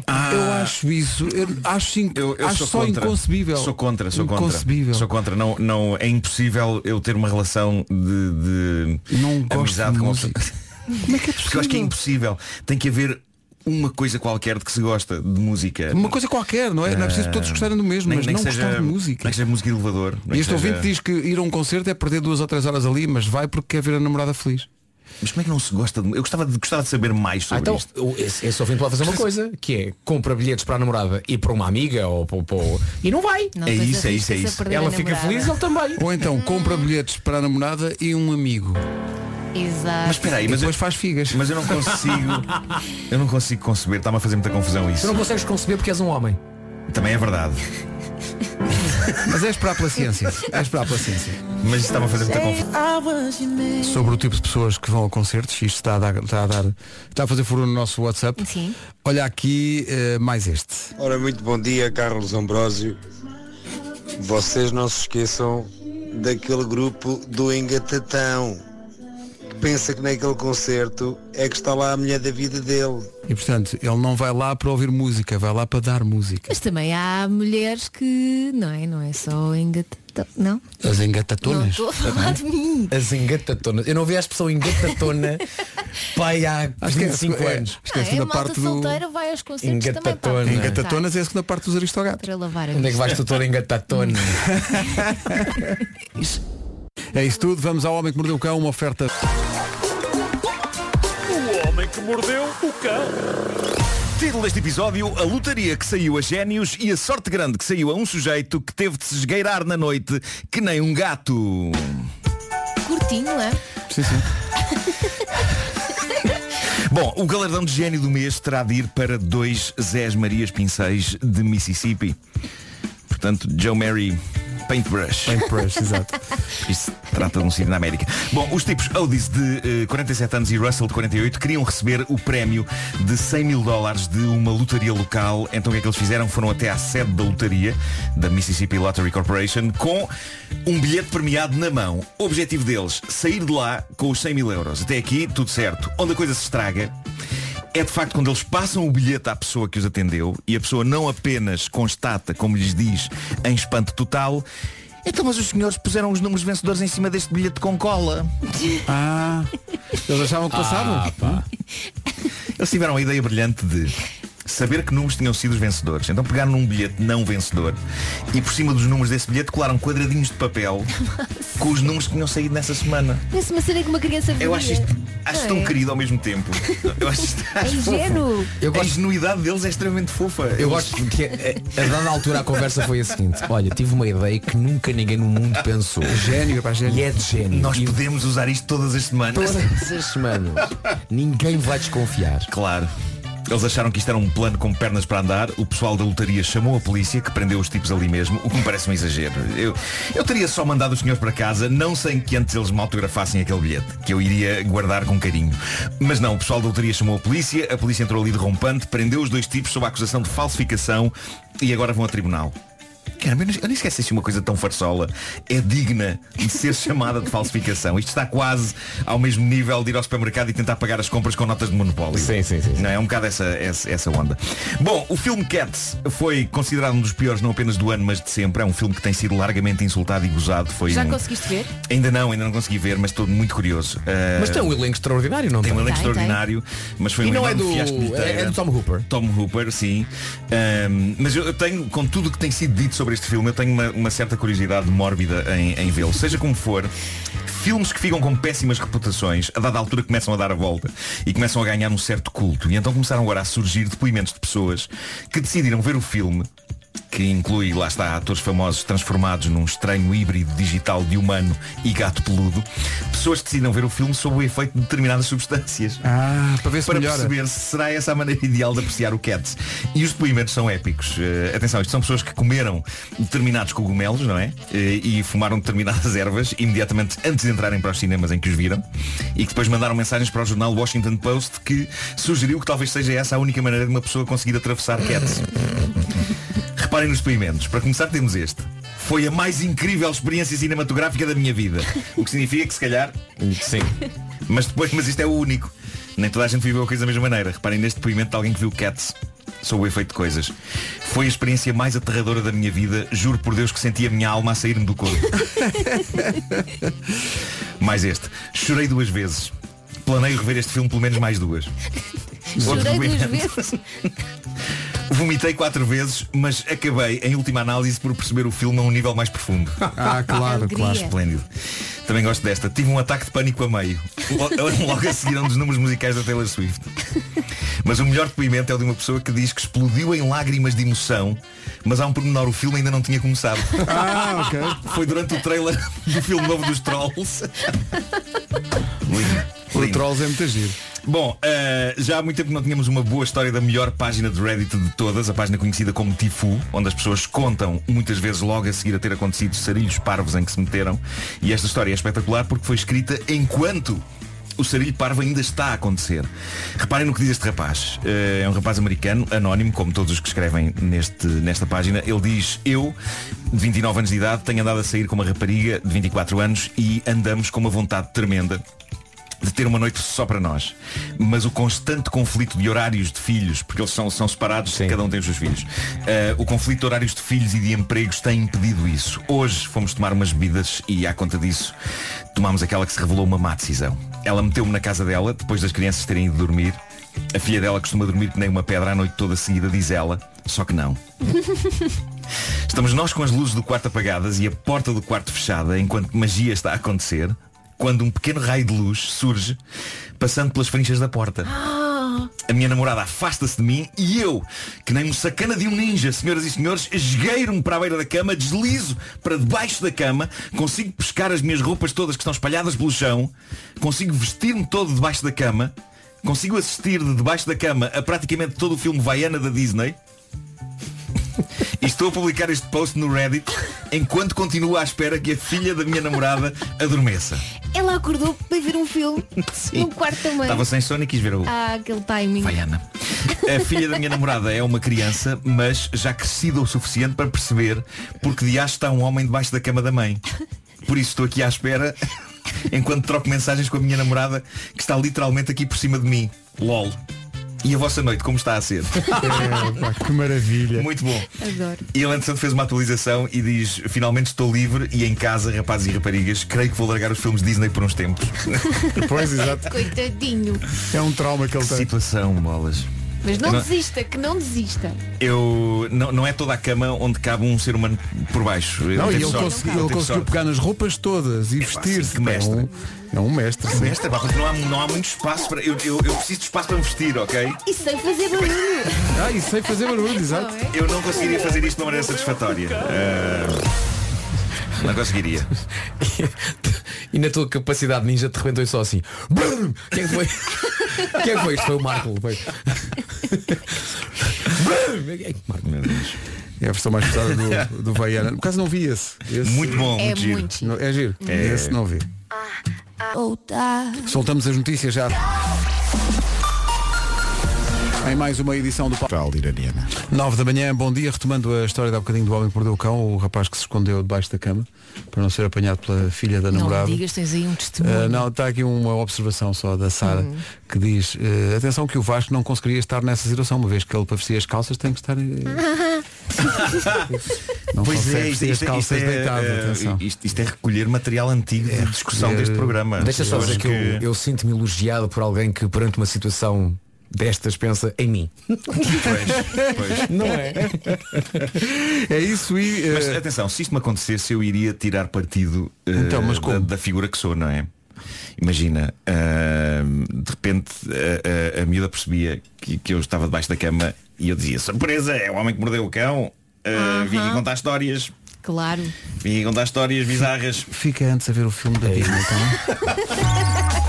Ah. eu acho isso, eu acho, in- Eu acho sou só contra. inconcebível. Sou contra, sou contra. Inconcebível. Sou contra. Não, não, é impossível eu ter uma relação de, de não gosto amizade de com uma música. pessoa. Como é que é (laughs) Porque eu acho que é possível? impossível. Tem que haver uma coisa qualquer de que se gosta de música. Ah, Uma coisa qualquer, não é? Não é preciso todos gostarem do mesmo, Eh, Nem- mas nem não que seja, gostar de música. Nem que seja música de elevador. nem E que este seja- ouvinte diz que ir a um concerto é perder duas ou três horas ali, mas vai porque quer ver a namorada feliz. Mas como é que não se gosta de... Eu gostava de, gostava de saber mais Ah, sobre então, isto. o- esse, esse ouvinte pode fazer uma coisa, que é compra bilhetes para a namorada e para uma amiga ou para, para- E não vai. Não, É pois isso, é isso, é arrisca-se a isso. perder Ela a fica namorada. feliz, ele também. Ou então compra bilhetes para a namorada e um amigo. Exato. Mas espera aí, é- mas depois faz figas. Mas eu não consigo, (laughs) eu não consigo conceber, está-me a fazer muita confusão Tu isso. não consegues conceber porque és um homem. Também é verdade. Mas és para a paciência. És para a paciência. Mas está-me a fazer muita confusão. Sobre o tipo de pessoas que vão a concertos, isto está a dar, está a, dar, está a fazer furor no nosso WhatsApp. Sim. Olha aqui eh, mais este. Ora, muito bom dia, Carlos Ambrósio. Vocês não se esqueçam daquele grupo do Engatatão, que pensa que naquele concerto é que está lá a mulher da vida dele. E portanto, ele não vai lá para ouvir música, vai lá para dar música. Mas também há mulheres que, não é, não é só engatão, não? As Não engatatonas. estou a falar de mim. As engatatonas. Eu não vi a expressão (laughs) engatatona pai há Acho que é a 25 segu- é, anos. acho que é a Ah, segunda a malta parte do- solteira vai aos concertos também para Engatatona. Engatatonas é a segunda parte dos aristogatos. para lavar a Onde é que vais tu toda engatatona? É isso tudo, vamos ao Homem que Mordeu o Cão, uma oferta. O homem que mordeu o cão. Título deste episódio, a lotaria que saiu a génios e a sorte grande que saiu a um sujeito que teve de se esgueirar na noite que nem um gato. Curtinho, não é? Sim, sim. Bom, o galardão de gênio do mês terá de ir para dois Zés Marias Pincéis de Mississippi. Portanto, Joe Mary Paintbrush. Paintbrush, exato. Isto se trata de um sítio na América. Bom, os tipos Otis de eh, 47 anos e Russell de 48 queriam receber o prémio de 100 mil dólares de uma lotaria local. Então o que é que eles fizeram? Foram até à sede da lotaria, da Mississippi Lottery Corporation, com um bilhete premiado na mão. O objetivo deles, sair de lá com os 100 mil euros. Até aqui, tudo certo. Onde a coisa se estraga é de facto quando eles passam o bilhete à pessoa que os atendeu e a pessoa não apenas constata, como lhes diz, em espanto total, então mas os senhores puseram os números vencedores em cima deste bilhete com cola. Ah, eles achavam que passavam? Eles tiveram a ideia brilhante de saber que números tinham sido os vencedores. Então pegaram num bilhete não vencedor e por cima dos números desse bilhete colaram quadradinhos de papel com os números que tinham saído nessa semana. Parece uma cena que uma criança via. Eu acho isto, acho Não tão é? querido ao mesmo tempo. Eu acho isto É acho fofo. ingênuo. Eu A ingenuidade deles é extremamente fofa. Eu gosto que eh, a, a dada altura a conversa foi a seguinte. Olha, tive uma ideia que nunca ninguém no mundo pensou. Gênio, para gênio. E é de gênio. Nós podemos usar isto todas as semanas. Todas as semanas. Ninguém vai desconfiar. Claro. Eles acharam que isto era um plano com pernas para andar. O pessoal da lotaria chamou a polícia, que prendeu os tipos ali mesmo, o que me parece um exagero. Eu, eu teria só mandado os senhores para casa, não sem que antes eles me autografassem aquele bilhete, que eu iria guardar com carinho. Mas não, o pessoal da lotaria chamou a polícia, a polícia entrou ali de rompante, prendeu os dois tipos sob a acusação de falsificação e agora vão a tribunal. Caramba, eu nem- eu nem esqueci se uma coisa tão farsola é digna (laughs) de ser chamada de falsificação. Isto está quase ao mesmo nível de ir ao supermercado e tentar pagar as compras com notas de monopólio. Sim, sim, sim. Não é um bocado essa, essa, essa onda. Bom, o filme Cats foi considerado um dos piores não apenas do ano, mas de sempre. É um filme que tem sido largamente insultado e gozado. Foi Já um- conseguiste ver? Ainda não, ainda não consegui ver, mas estou muito curioso. Mas tem um elenco extraordinário, não Tem um Tem, elenco tem. extraordinário, mas foi E um não é enorme do- fiasco de bilheteira. é- é do Tom Hooper. Tom Hooper, sim. Ahm, mas eu eu tenho, com tudo o que tem sido dito sobre este filme, eu tenho uma, uma certa curiosidade mórbida em, em vê-lo. Seja como for, filmes que ficam com péssimas reputações, a dada altura começam a dar a volta e começam a ganhar um certo culto. E então começaram agora a surgir depoimentos de pessoas que decidiram ver o filme que inclui, lá está, atores famosos transformados num estranho híbrido digital de humano e gato peludo, pessoas que decidam ver o filme sob o efeito de determinadas substâncias. Ah, para ver se melhora. perceber se será essa a maneira ideal de apreciar o Cats. E os depoimentos são épicos. Eh, atenção, isto são pessoas que comeram determinados cogumelos, não é? Eh, e fumaram determinadas (laughs) ervas imediatamente antes de entrarem para os cinemas em que os viram e que depois mandaram mensagens para o jornal Washington Post que sugeriu que talvez seja essa a única maneira de uma pessoa conseguir atravessar (laughs) Cats. Reparem nos depoimentos. Para começar temos este. Foi a mais incrível experiência cinematográfica da minha vida. O que significa que se calhar. Sim. Mas depois, mas isto é o único. Nem toda a gente viveu a coisa da mesma maneira. Reparem neste depoimento de alguém que viu Cats sob o efeito de coisas. Foi a experiência mais aterradora da minha vida. Juro por Deus que senti a minha alma a sair-me do (laughs) corpo. mais este. Chorei duas vezes. Planeio rever este filme pelo menos mais duas. Outro Chorei duas depoimento. vezes. Vomitei quatro vezes, mas acabei, em última análise, por perceber o filme a um nível mais profundo. (laughs) Ah, claro, Alegria. claro. Esplêndido. Também gosto desta. Tive um ataque de pânico a meio. Lo- (laughs) Logo a seguir a um dos números musicais da Taylor Swift. Mas o melhor depoimento é o de uma pessoa que diz que explodiu em lágrimas de emoção, mas há um pormenor, o filme ainda não tinha começado. Ah, ok. Foi durante o trailer do filme novo dos Trolls. O Trolls é muito giro. Bom, eh, já há muito tempo não tínhamos uma boa história da melhor página de Reddit de todas, a página conhecida como Tifu, onde as pessoas contam, muitas vezes logo a seguir a ter acontecido, sarilhos parvos em que se meteram. E esta história é espetacular porque foi escrita enquanto o sarilho parvo ainda está a acontecer. Reparem no que diz este rapaz. Eh, É um rapaz americano, anónimo, como todos os que escrevem neste, nesta página. Ele diz, eu, de 29 anos de idade, tenho andado a sair com uma rapariga de 24 anos e andamos com uma vontade tremenda de ter uma noite só para nós. Mas o constante conflito de horários de filhos, porque eles são, são separados, cada um tem os seus filhos. Eh, o conflito de horários de filhos e de empregos tem impedido isso. Hoje fomos tomar umas bebidas e, à conta disso, tomámos aquela que se revelou uma má decisão. Ela meteu-me na casa dela, depois das crianças terem ido dormir. A filha dela costuma dormir que nem uma pedra a noite toda seguida, diz ela. Só que não. Estamos nós com as luzes do quarto apagadas e a porta do quarto fechada enquanto magia está a acontecer, quando um pequeno raio de luz surge, passando pelas frinchas da porta. A minha namorada afasta-se de mim e eu, que nem um sacana de um ninja, senhoras e senhores, esgueiro-me para a beira da cama, deslizo para debaixo da cama, consigo pescar as minhas roupas todas que estão espalhadas pelo chão, consigo vestir-me todo debaixo da cama, consigo assistir de debaixo da cama a praticamente todo o filme Vaiana da Disney. E estou a publicar este post no Reddit enquanto continuo à espera que a filha da minha namorada adormeça. Ela acordou para ir ver um filme Sim. no quarto também. Estava sem sono e quis ver o. Ah, aquele timing. Vaiana. A filha da minha namorada é uma criança, mas já crescida o suficiente para perceber porque de acho está um homem debaixo da cama da mãe. Por isso estou aqui à espera enquanto troco mensagens com a minha namorada que está literalmente aqui por cima de mim. LOL. E a vossa noite, como está a ser? que maravilha. Muito bom. Adoro. E ele, entretanto, fez uma atualização e diz Finalmente estou livre e em casa, rapazes e raparigas Creio que vou largar os filmes Disney por (laughs) uns tempos Pois, exato Coitadinho. É um trauma que ele tem situação, bolas Mas não Eu desista, que não desista. Eu não, não é toda a cama onde cabe um ser humano por baixo. Eu Não, e teve ele, sorte. conseguiu, Eu ele teve conseguiu sorte. pegar nas roupas todas e vestir-se. pá, É um, é um mestre. sim. Mestre, pá, porque não há, não há muito espaço para. Eu, eu, eu preciso de espaço para me vestir, ok? E sem fazer barulho. é? Ah, e sem fazer barulho, exato. Eu não conseguiria fazer isto de uma maneira satisfatória. Ah, não conseguiria. E na tua capacidade ninja te rebentou só assim. Brum! Quem é (laughs) que foi? Quem é que foi? Isto foi o Marco. Foi. É a versão mais pesada do, do Vaiana. No caso não vi esse. Esse- Muito bom, É muito giro. muito No- É giro. É. Esse não vi. Ou tá. Soltamos as notícias já. Em mais uma edição do Paulo Iraniana. 9 da manhã, bom dia. Retomando a história da bocadinho do homem que perdeu o cão, o rapaz que se escondeu debaixo da cama para não ser apanhado pela filha da Não namorada. digas, tens aí um Ah, testemunho. não, está aqui uma observação só da Sara que diz, eh, atenção que o Vasco não conseguiria estar nessa situação, uma vez que ele para vestir as calças tem que estar. eh, Não pois consegue é, isto, vestir as isto- calças isto é, deitado, eh, atenção. É isto- isto é recolher material antigo de discussão deste programa. Deixa só dizer Pessoas que, Eu, eu sinto-me elogiado por alguém que perante uma situação destas pensa em mim. Não é? É isso e. Mas atenção, se isto me acontecesse, eu iria tirar partido eh, Então, mas da- como? Da, figura que sou, não é? Imagina, ah, de repente a, a, a miúda percebia que, que eu estava debaixo da cama e eu dizia, surpresa, é o homem que mordeu o cão, ah, vim aqui contar histórias, Claro. vim aqui contar histórias bizarras. Fica antes a ver o filme da É. Disney, (laughs) então.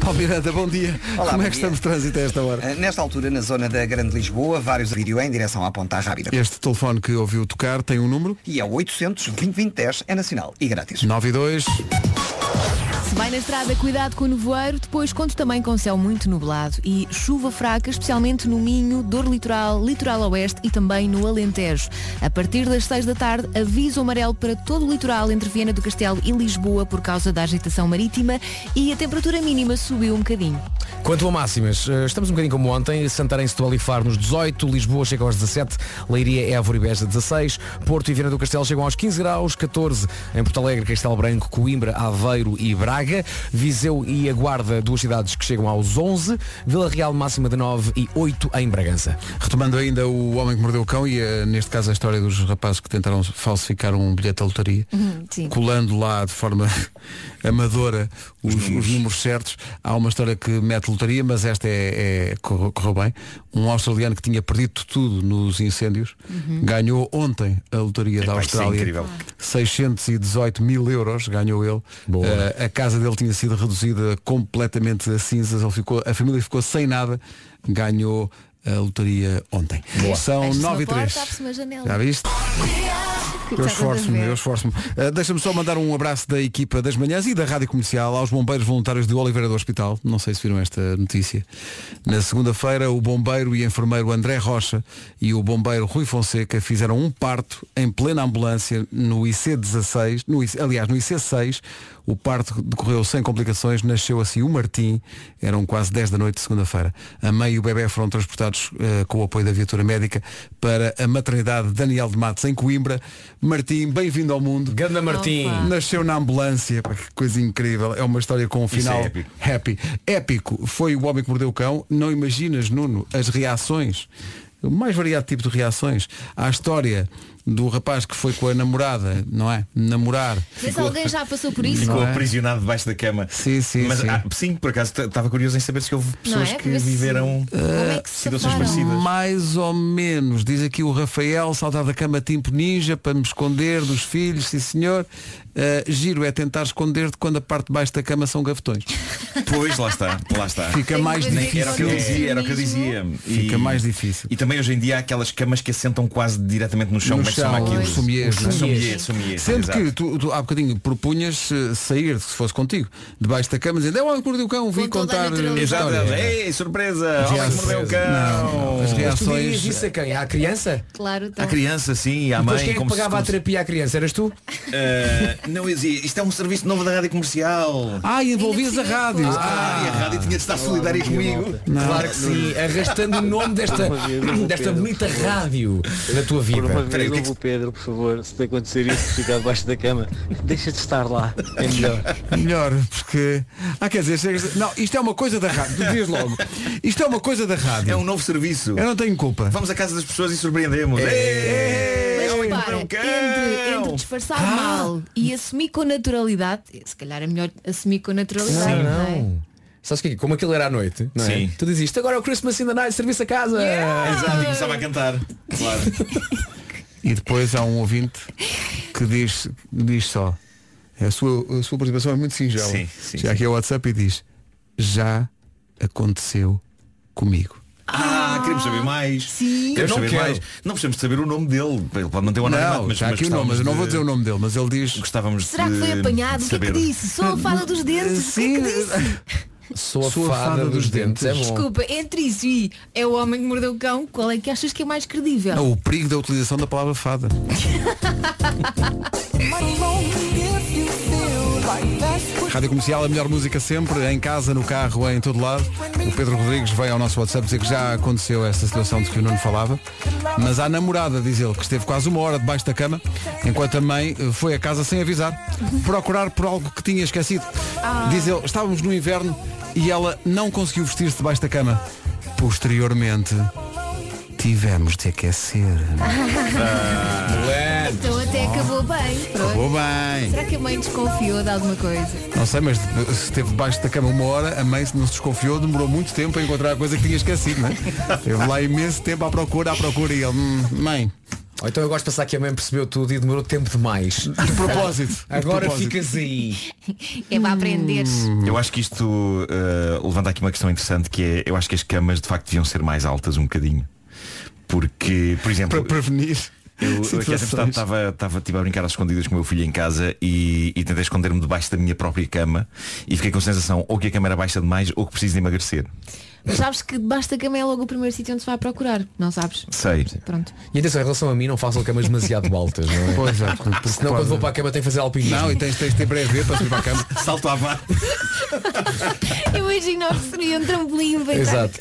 Paulo Miranda, bom dia. Olá, Como é que bom dia. estamos de trânsito a esta É. hora? Eh, Nesta altura, na zona da Grande Lisboa, vários vídeo em direção à Ponta Rábida. Este telefone que ouviu tocar tem um número? E é 800 2010 é nacional e grátis. 9 e 2. Se vai na estrada, cuidado com o nevoeiro. Depois conto também com céu muito nublado e chuva fraca, especialmente no Minho, Dor Litoral, Litoral Oeste e também no Alentejo. A partir das 6 da tarde, aviso amarelo para todo o litoral entre Viena do Castelo e Lisboa por causa da agitação marítima e a temperatura mínima subiu um bocadinho. Quanto a máximas, eh, estamos um bocadinho como ontem, Santarém, Setúbal e Faro nos 18, Lisboa chega aos 17, Leiria, Évora e Beja 16, Porto e Viana do Castelo chegam aos 15 graus, 14 em Porto Alegre, Castelo Branco, Coimbra, Aveiro e Braga, Viseu e Aguarda, duas cidades que chegam aos 11, Vila Real máxima de 9 e 8 em Bragança. Retomando ainda o homem que mordeu o cão e, eh, neste caso, a história dos rapazes que tentaram falsificar um bilhete da lotaria. colando lá de forma (laughs) amadora os, os números. certos. Há uma história que mete lotaria, mas esta é, é- correu, correu bem. Um australiano que tinha perdido tudo nos incêndios Uhum. ganhou ontem a lotaria da Epá, isso é Austrália. incrível. 618 mil euros ganhou ele. Eh, a casa dele tinha sido reduzida completamente a cinzas. Ele ficou, a família ficou sem nada. Ganhou a lotaria ontem. São Fecha-se uma 9 e porta, 3. abre-se uma janela. Já viste? Eu esforço-me, eu esforço-me. Ah, Deixa-me só mandar um abraço da equipa das manhãs e da Rádio Comercial aos bombeiros voluntários de Oliveira do Hospital. Não sei se viram esta notícia. Na segunda-feira, o bombeiro e enfermeiro André Rocha e o bombeiro Rui Fonseca fizeram um parto em plena ambulância no IC16, no IC, aliás, no IC6. O parto decorreu sem complicações, nasceu assim o Martim, eram quase 10 da noite de segunda-feira. A mãe e o bebê foram transportados eh, com o apoio da viatura médica para a maternidade Daniel de Matos, em Coimbra. Martim, bem-vindo ao mundo. Ganda Martim. Opa. Nasceu na ambulância, pá, que coisa incrível. É uma história com um Isso é final épico. happy. Épico foi o homem que mordeu o cão. Não imaginas, Nuno, as reações, o mais variado tipo de reações, à história do rapaz que foi com a namorada, não é? Namorar. Mas alguém já passou por isso? Ficou Não é? aprisionado debaixo da cama. Sim, sim, Mas sim. ah, sim, por acaso t- estava curioso em saber se houve pessoas é? que Ver se- viveram Como é ah, que se situações safaram? parecidas. Mais ou menos, diz aqui o Rafael, saltar da cama tipo ninja para me esconder dos filhos, sim senhor. Ah, giro é tentar esconder-te quando a parte de baixo da cama são gavetões. Pois, lá está, lá está. Fica Tem mais que ver difícil. Era o que eu dizia, era o que eu dizia. Fica mais difícil. E também hoje em dia há aquelas camas que assentam quase diretamente no é chão, No bem que se chama chão, aquilo? os sommeliers, Os não é? sommeliers, sommeliers, Sendo exato. que tu, tu há bocadinho propunhas eh, sair, se fosse contigo, debaixo da cama, dizendo, é o Alcor do Cão, vim contar. eh, Exato, é, histórias." ei, surpresa! As Homem que mordeu o reações- Não, não, as reações- cão! É. Mas tu dirias isso a quem? À criança? Claro, então. A criança, sim, e à Então, Depois mãe. quem é que como se- pagava como a terapia à criança? Eras tu? Eh, não existe. Isto é um serviço novo da rádio comercial. Ah, e envolvias a rádio. Ah, e a rádio tinha de estar solidária comigo. Claro que sim, arrastando o nome desta, desta bonita rádio na tua vida. Por uma Espera vez, aí, o que é que ouve o Pedro, por favor, se te acontecer isso, fica debaixo da cama. Deixa de estar lá, é melhor. Melhor, porque. Ah, quer dizer, chegas- não, isto é uma coisa da rádio. Tu dizias logo. Isto é uma coisa da rádio. É um novo serviço. Eu É. não tenho culpa. Vamos à casa das pessoas e surpreendemos. É. Mas Ei, repara, entre, entre disfarçar mal e assumir com naturalidade, se calhar é melhor assumir com naturalidade, Sim. não é? Sabes o que é? Como aquilo era à noite, não é? Sim. Tu dizes isto agora é o Christmas in the night, serviço a casa. É. Exato, e começava a cantar. Claro. E depois há um ouvinte que diz, diz só. A sua, a sua participação é muito singela. Sim, sim, Chega aqui ao WhatsApp e diz, já aconteceu comigo. Ah, queremos saber mais. Sim. Queremos Eu não saber quero. mais. Não precisamos de saber o nome dele. Ele pode não ter o Não, anonimato, mas está aqui o nome, gostávamos mas eu não de- vou dizer o nome dele, mas ele diz. Gostávamos Será que foi apanhado? O que é que disse? Só a fala dos dentes? O que é que disse? Sou a Sou fada, dos dentes. É bom. Desculpa, entre isso e é o homem que mordeu o cão, qual é que achas que é mais credível? Não, o perigo da utilização da palavra fada. Rádio Comercial, a melhor música sempre, em casa, no carro, em todo lado. O Pedro Rodrigues veio ao nosso WhatsApp dizer que já aconteceu esta situação de que o Nuno falava. Mas à namorada, diz ele, que esteve quase uma hora debaixo da cama, enquanto a mãe eh, foi a casa sem avisar, procurar por algo que tinha esquecido. Diz ele, estávamos no inverno e ela não conseguiu vestir-se debaixo da cama. Posteriormente, tivemos de aquecer. Ah, Então até acabou bem. Acabou bem. Será que a mãe desconfiou de alguma coisa? Não sei, mas se esteve debaixo da cama uma hora, a mãe se não se desconfiou, demorou muito tempo a encontrar a coisa que tinha esquecido, (laughs) não é? Teve lá imenso tempo à procura, à procura e ele, "Hum, mãe. Ou então eu gosto de pensar que a mãe percebeu tudo e demorou tempo (laughs) demais. De propósito. De Agora propósito. ficas aí. É para aprenderes. Eu acho que isto eh, levanta aqui uma questão interessante que é, eu acho que as camas de facto deviam ser mais altas um bocadinho. Porque, por exemplo, Para prevenir. eu, eu aqui há tempo estava, situações. estava, estava, tipo, a brincar às escondidas com o meu filho em casa e, e tentei esconder-me debaixo da minha própria cama e fiquei com a sensação ou que a cama era baixa demais ou que preciso de emagrecer. Mas sabes que debaixo da cama é logo o primeiro sítio onde se vai procurar, não sabes? Sei. Pronto. E atenção, em relação a mim, não façam camas demasiado altas, não é? Pois é, porque Senão quando vou para a cama tenho que fazer alpinismo. Não, e tens, tens de ter breve para subir para a cama. Salto à barra. Imagina que seria um trampolim (laughs) bem Exato.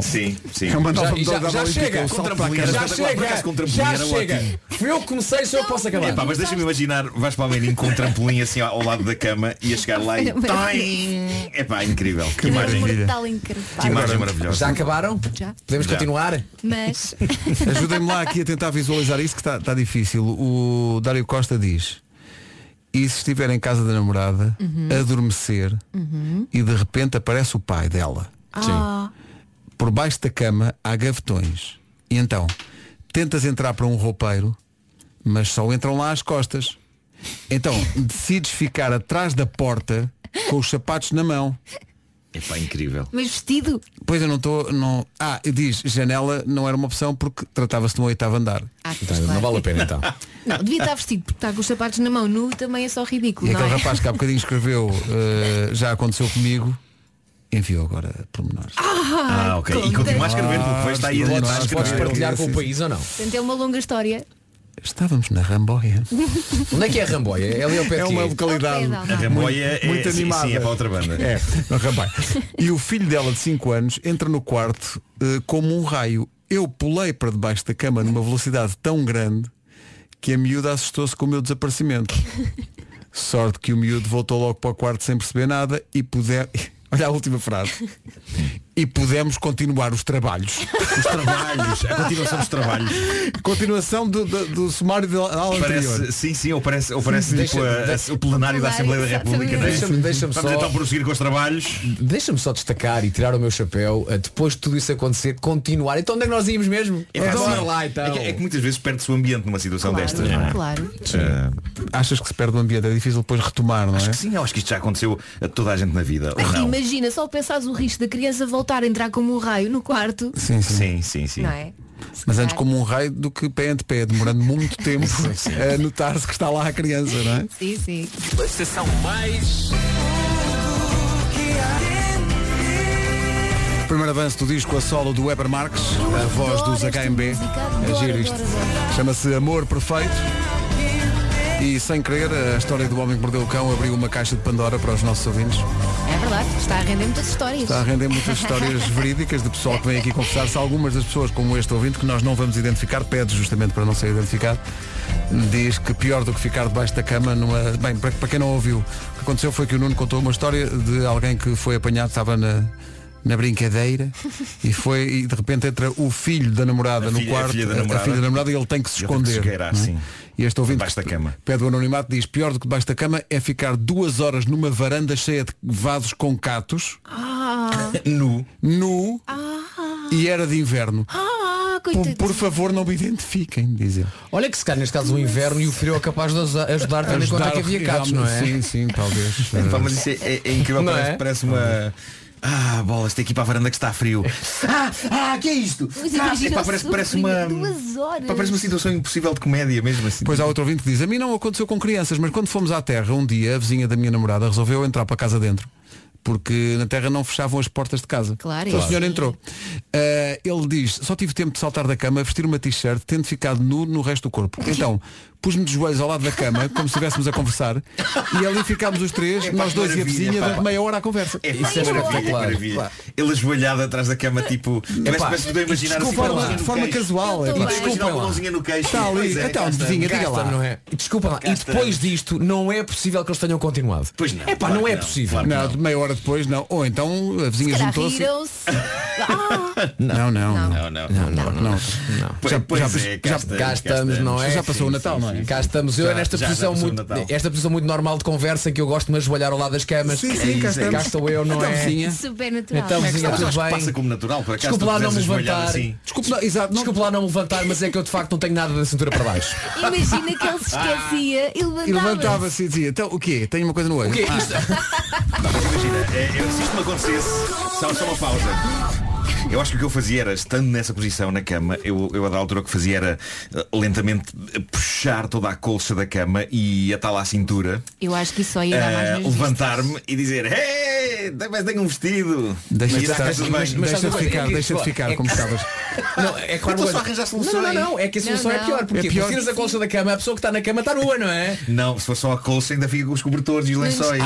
Sim, sim. É uma Já, já, nova modalidade já olímpica, é chega, o salto Com para a trampolim, cama. já Por acaso chega, com trampolim já era chega. ótimo. Foi eu que comecei, só eu posso acabar. Epá, mas deixa-me imaginar, vais para o menino com um trampolim assim ao ao lado da cama e a chegar lá e. É pá, incrível. Que imagem. Mortal encartado. Que imagem maravilhosa. Já acabaram? Já. Podemos Já. continuar? Mas Ajudem-me lá aqui a tentar visualizar isso que está, está difícil. O Dário Costa diz, e se estiver em casa da namorada, adormecer e de repente aparece o pai dela. Ah, Por baixo da cama há gavetões. E então, tentas entrar para um roupeiro, mas só entram lá as costas. Então, decides ficar atrás da porta com os sapatos na mão. É pá, incrível. mas vestido? Pois eu não estou. Não... Ah, e diz, janela não era uma opção porque tratava-se de um oitavo andar. Ah, pois claro. Não vale a pena (laughs) então. Não, devia estar vestido, porque está com os sapatos na mão nu também é só ridículo, E não aquele é? rapaz que há bocadinho escreveu eh, já aconteceu comigo, enviou agora pormenores. Ah, Ah, ok. E continua a escrever, porque depois está aí a Podes- está a escrever. é Podes um partilhar com o país ou não? Portanto, é uma longa história. Estávamos na Ramboia. Onde é que é a Ramboia? É ali ao pé de É quê? uma localidade Ao pé de A Almada. Ramboia muito, muito é, sim, animada. sim, é para outra banda. É, no Ramboia. E o filho dela de 5 anos entra no quarto eh, como um raio. Eu pulei para debaixo da cama numa velocidade tão grande que a miúda assustou-se com o meu desaparecimento. Sorte que o miúdo voltou logo para o quarto sem perceber nada e puder. (laughs) Olha a última frase. E pudemos continuar os trabalhos. (laughs) Os trabalhos, a continuação dos trabalhos. Continuação do, do, do sumário da aula anterior. Parece, sim, sim, ou parece, ou parece Sim, tipo deixa- a- deixa- a- o plenário da Assembleia da República. não é? Deixa-me- deixa-me Vamos só- então prosseguir com os trabalhos. Então- Deixa-me só destacar e tirar o meu chapéu a depois de tudo isso acontecer, continuar. Então onde é que nós íamos mesmo? pá, Então, sim. bora lá então. É que, é que muitas vezes perde-se o ambiente numa situação Claro, destas, não é? claro. Ah, Achas que se perde o ambiente, é difícil depois retomar, não é? acho que sim, eu acho que isto já aconteceu a toda a gente na vida. Ou não? Imagina, só pensares o risco da criança voltar a entrar como um raio no quarto, Sim, sim. Sim, sim, sim. não é? Mas antes como um raio do que pé ante pé, demorando (laughs) muito tempo Sim, sim. a notar-se que está lá a criança, não é? Sim, sim. A estação mais. Primeiro avanço do disco a solo do Weber Marques, a voz dos HMB. É giro isto. Chama-se Amor Perfeito. E sem querer, a história do homem que mordeu o cão abriu uma caixa de Pandora para os nossos ouvintes. É verdade, está a render muitas histórias. Está a render muitas histórias verídicas de pessoal que vem aqui confessar-se. Algumas das pessoas, como este ouvinte, que nós não vamos identificar, pede justamente para não ser identificado, diz que pior do que ficar debaixo da cama numa. Bem, para, para quem não ouviu, o que aconteceu foi que o Nuno contou uma história de alguém que foi apanhado, estava na. Na brincadeira e foi e de repente entra o filho da namorada A no filha- é a quarto, filha da namorada. filha da namorada e ele tem que se Ele tem que se esconder. esgueirar, não é? sim. E este ouvinte Debaixo da que (laughs) cama. pede o anonimato diz pior do que debaixo da cama é ficar duas horas numa varanda cheia de vasos com catos Ah, nu. Nu. E era de inverno. ah, Por, coitadinho. por favor, não me identifiquem, diz ele. Olha que se calhar neste caso o inverno e o frio é capaz de usa- ajudar tendo em conta Ajudar que havia catos, não é? Sim, (laughs) sim, talvez. É, pá, mas isso é, é- é incrível, Não parece, é? parece uma. Ah, bolas, tem que ir para a varanda que está frio. Ah, ah, que é isto? Mas Ah, imagina epá, o parece- parece sofrimento, uma- Duas horas. Pá, parece uma situação impossível de comédia mesmo assim. Pois há outro ouvinte que diz, a mim não aconteceu com crianças, mas quando fomos à terra, um dia a vizinha da minha namorada resolveu entrar para casa dentro. Porque na terra não fechavam as portas de casa. Claro, então, é o senhor assim. entrou. Ah, ele diz, só tive tempo de saltar da cama, vestir uma t-shirt, tendo ficado nu no resto do corpo. Então, pus-me de joelhos ao lado da cama, como se estivéssemos a conversar, e ali ficámos os três, Epá, nós que dois e a maravilha, vizinha, É pá. durante meia hora à conversa. É, isso é maravilha, maravilha. Ele ajoelhado atrás da cama, tipo. Parece Epá, parece que estou a imaginar assim desculpa, com a de mãozinha no forma queixo. casual, é. E E desculpa, desculpa uma lá. mãozinha no queixo. Está ali, Pois é, então, cá está. vizinha, Cá diga está, lá. não Não é? é? E Desculpa lá, e depois disto não é possível que eles tenham continuado. Pois não. É pá, Claro não que é possível. não, de meia hora depois não. Ou então a Se vizinha calhar juntou-se. riram-se. Ah, Não, não, não. Não, não, não, não, não. Pois- Já- pois já- é, cá já- estamos, Cá estamos, não é? Já passou o Sim, Natal, sim, não é? sim. Cá estamos. Eu Já- é nesta já- já posição passou o muito. Natal. Esta posição muito normal de conversa em que eu gosto de me ajoelhar ao lado das camas. É Sim, sim, cá estamos. cá estou eu, não Então, é? vizinha. super natural. Então, Mas vizinha, tudo acho que bem. passa como natural, por acaso. Desculpe lá tu não me fizeres ajoelhado levantar. assim. Desculpe lá, exato, não- Desculpe lá não me levantar, mas é que eu de facto não tenho nada da cintura para baixo. Imagina que ele se esquecia Ah. e levantava. E levantava-se e dizia, então o quê? Tenho uma coisa no olho. O quê? Ah, Isto- Não, mas imagina, é, eu, se isto me acontecesse, só, só uma pausa. Eu acho que o que eu fazia era, estando nessa posição na cama, eu, eu a da altura o que fazia era eh, lentamente eh, puxar toda a colcha da cama e atá-la à cintura, Eu acho que isso só ia dar mais eh, nas vistas. levantar-me e dizer, hey, mas tenho um vestido. Deixa E de está estar, tudo bem. mas- deixa de é ficar, deixa de ficar como estavas. Não, é claro. Então só mas- arranjar soluções. Não, não, não, é que a solução Não, é não. pior, porque É pior. tu tiras a colcha da cama, a pessoa que está na cama está nua, não é? Não, se for só a colcha ainda fica com os cobertores e Ah. os lençóis.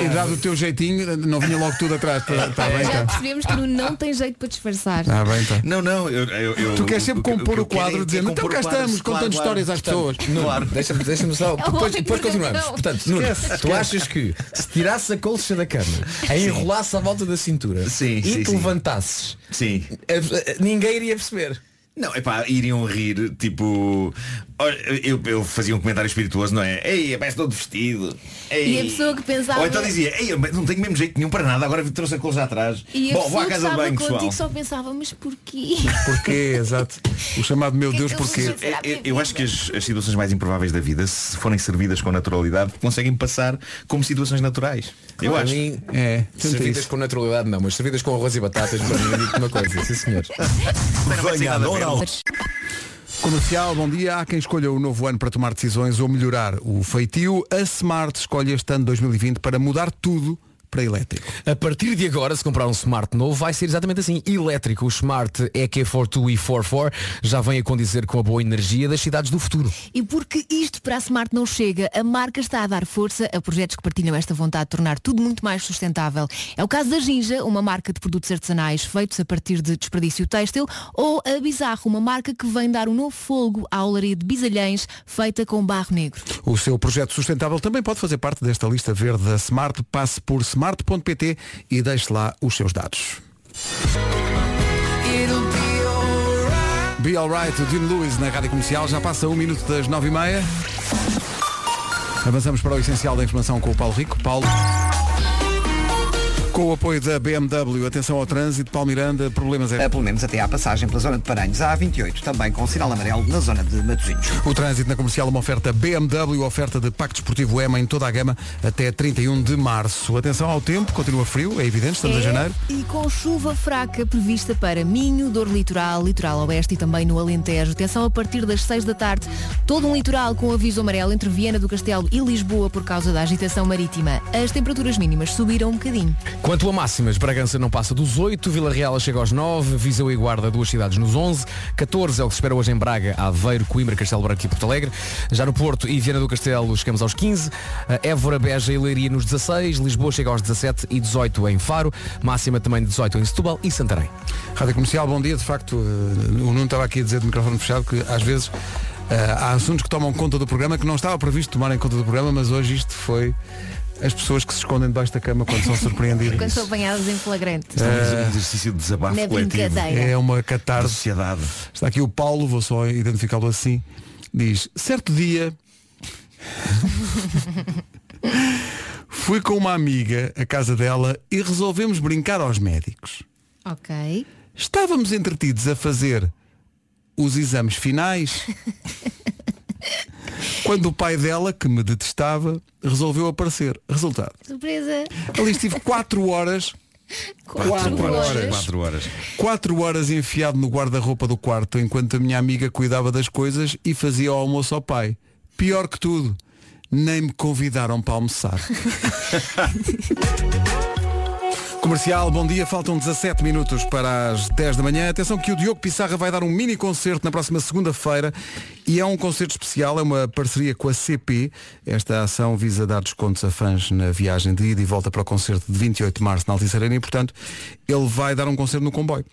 E, e dado o teu jeitinho, não vinha logo tudo atrás. Está bem, Já É. está. percebemos que Nuno não tem jeito para disfarçar. Está bem, tá. está. Não, não, eu, eu- eu- Tu queres sempre que- compor que eu o quadro quero é dizendo, compor então cá o quadro, estamos, claro, contando claro. histórias às pessoas. Claro. Deixa-me deixa só. É o Depois, homem depois que mordeu o continuamos. cão. Portanto, Nuno, tu achas que se tirasses a colcha da cama, a enrolasses à volta da cintura Sim, e sim, te sim. levantasses, Sim. a- a- ninguém iria perceber. Não, epá, iriam rir, tipo. olha, Eu, eu fazia um comentário espirituoso, não é? Ei, epá, estou de vestido. Ei. E a pessoa que pensava- Ou então dizia, ei, mas não tenho mesmo jeito nenhum para nada, agora trouxe a coisa atrás. E a Bom, vou pessoa à que casa de estava banho, contigo pessoal. só pensava, mas porquê? Porquê? Exato. O chamado meu Deus, porquê? Eu, É, eu- é eu acho que as, as situações mais improváveis da vida, se forem servidas com naturalidade, conseguem passar como situações naturais. eu Para acho. mim, É, servidas com naturalidade não, mas servidas com arroz e batatas, para mim, digo-te uma coisa, sim senhor. Comercial, bom dia. Há quem escolha o novo ano para tomar decisões ou melhorar o feitio. A Smart escolhe este ano 2020 para mudar tudo para elétrico. A partir de agora, se comprar um smart novo, vai ser exatamente assim, elétrico. O smart é EQ42 e 44 já vem a condizer com a boa energia das cidades do futuro. E porque isto para a Smart não chega, a marca está a dar força a projetos que partilham esta vontade de tornar tudo muito mais sustentável. É o caso da Ginja, uma marca de produtos artesanais feitos a partir de desperdício têxtil, ou a Bizarro, uma marca que vem dar um novo fogo à olaria de bisalhães feita com barro negro. O seu projeto sustentável também pode fazer parte desta lista verde da Smart. Passe por smart.pt e deixe lá os seus dados. Be Alright, o Dean Lewis na Rádio Comercial. Já passa um minuto das nove e meia. Avançamos para o essencial da informação com o Paulo Rico. Paulo. Com o apoio da BMW, atenção ao trânsito, Palmiranda, problemas é... Eh, Pelo menos até à passagem pela zona de Paranhos, a A28, também com sinal amarelo na zona de Matosinhos. O trânsito na comercial, uma oferta BMW, oferta de Pacto Esportivo EMA em toda a gama até 31 de março. Atenção ao tempo, continua frio, é evidente, estamos É, em janeiro. E com chuva fraca prevista para Minho, Dor Litoral, Litoral Oeste e também no Alentejo. Atenção a partir das 6 da tarde, todo um litoral com aviso amarelo entre Viena do Castelo e Lisboa por causa da agitação marítima. As temperaturas mínimas subiram um bocadinho. Quanto a máximas, Bragança não passa dos 8, Vila Real chega aos 9, Viseu e Guarda duas cidades nos 11, 14 é o que se espera hoje em Braga, Aveiro, Coimbra, Castelo Branco e Porto Alegre. Já no Porto e Viana do Castelo chegamos aos 15, eh, Évora, Beja e Leiria nos 16, Lisboa chega aos 17 e 18 em Faro, máxima também de 18 em Setúbal e Santarém. Rádio Comercial, bom dia, de facto, eh, o Nuno estava aqui a dizer de microfone fechado que às vezes eh, há assuntos que tomam conta do programa que não estava previsto tomarem conta do programa, mas hoje isto foi as pessoas que se escondem debaixo da cama quando (laughs) são surpreendidas. Quando são apanhados em flagrante. Isto é Ah. um exercício de desabafo Na coletivo. brincadeira. É uma catarse. Sociedade. Está aqui o Paulo, vou só identificá-lo assim. Diz, certo dia (laughs) fui com uma amiga à casa dela e resolvemos brincar aos médicos. Ok. Estávamos entretidos a fazer os exames finais quando o pai dela, que me detestava, resolveu aparecer. Resultado. Surpresa. Ali estive 4 horas. Quatro horas. Quatro horas. 4 horas enfiado no guarda-roupa do quarto enquanto a minha amiga cuidava das coisas e fazia o almoço ao pai. Pior que tudo, nem me convidaram para almoçar. Comercial, bom dia. Faltam 17 minutos para as 10 da manhã. Atenção que o Diogo Pissarra vai dar um mini concerto na próxima segunda-feira e é um concerto especial, é uma parceria com a CP. Esta ação visa dar descontos a fãs na viagem de ida e volta para o concerto de 28 de março na Altice Arena e, portanto, ele vai dar um concerto no comboio,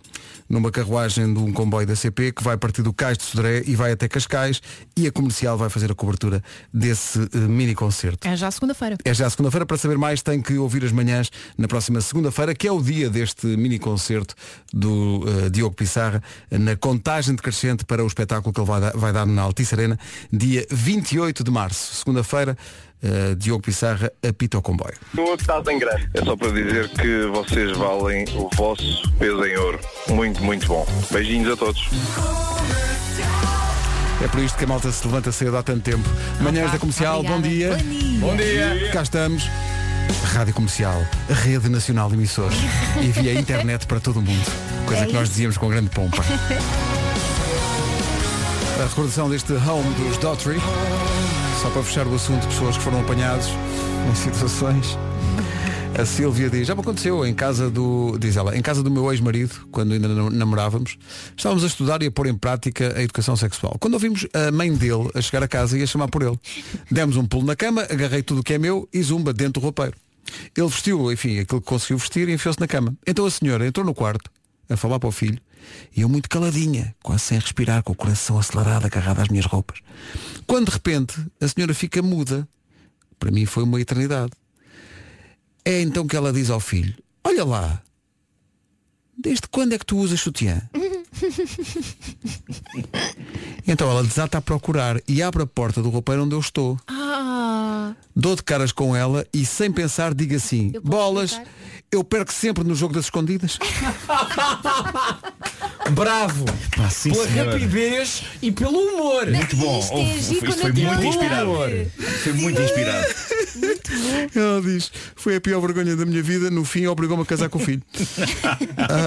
numa carruagem de um comboio da CP que vai partir do Cais de Sodré e vai até Cascais e a Comercial vai fazer a cobertura desse eh, mini concerto. É já segunda-feira. É já segunda-feira. Para saber mais, tem que ouvir as manhãs na próxima segunda-feira, que é o dia deste mini concerto do eh, Diogo Pissarra, na contagem decrescente para o espetáculo que ele vai dar, vai dar na Altice Arena, dia 28 de março. Segunda-feira, eh, Diogo Pissarra apita o comboio. Estou estás em grande. É só para dizer que vocês valem o vosso peso em ouro. Muito, muito bom. Beijinhos a todos. É por isto que a malta se levanta cedo há tanto tempo. Manhãs da Comercial, bom dia. Bom dia. Cá estamos. Rádio Comercial, Rede Nacional (laughs) de Emissores e via internet para todo o mundo. Coisa É que nós isso. dizíamos com grande pompa. A recordação deste home dos Daughtry. Só para fechar o assunto, pessoas que foram apanhados em situações. A Silvia diz, já me aconteceu em casa do, diz ela, em casa do meu ex-marido, quando ainda nam- namorávamos, estávamos a estudar e a pôr em prática a educação sexual. Quando ouvimos a mãe dele a chegar a casa e a chamar por ele, demos um pulo na cama, agarrei tudo o que é meu e zumba dentro do roupeiro. Ele vestiu, enfim, aquilo que conseguiu vestir e enfiou-se na cama. Então a senhora entrou no quarto, a falar para o filho, e eu muito caladinha, quase sem respirar, com o coração acelerado, agarrado às minhas roupas. Quando de repente a senhora fica muda, para mim foi uma eternidade. É então que ela diz ao filho, olha lá, desde quando é que tu (laughs) usas sutiã? Então ela desata a procurar e abre a porta do roupeiro onde eu estou. Ah, Dou de caras com ela e sem pensar digo assim, bolas, eu perco sempre no jogo das escondidas. (laughs) Bravo! Pela rapidez e pelo humor. Muito bom. Houve- isto foi muito inspirado. Foi muito inspirado. Ela diz, foi a pior vergonha da minha vida, no fim obrigou-me a casar com o (laughs) filho.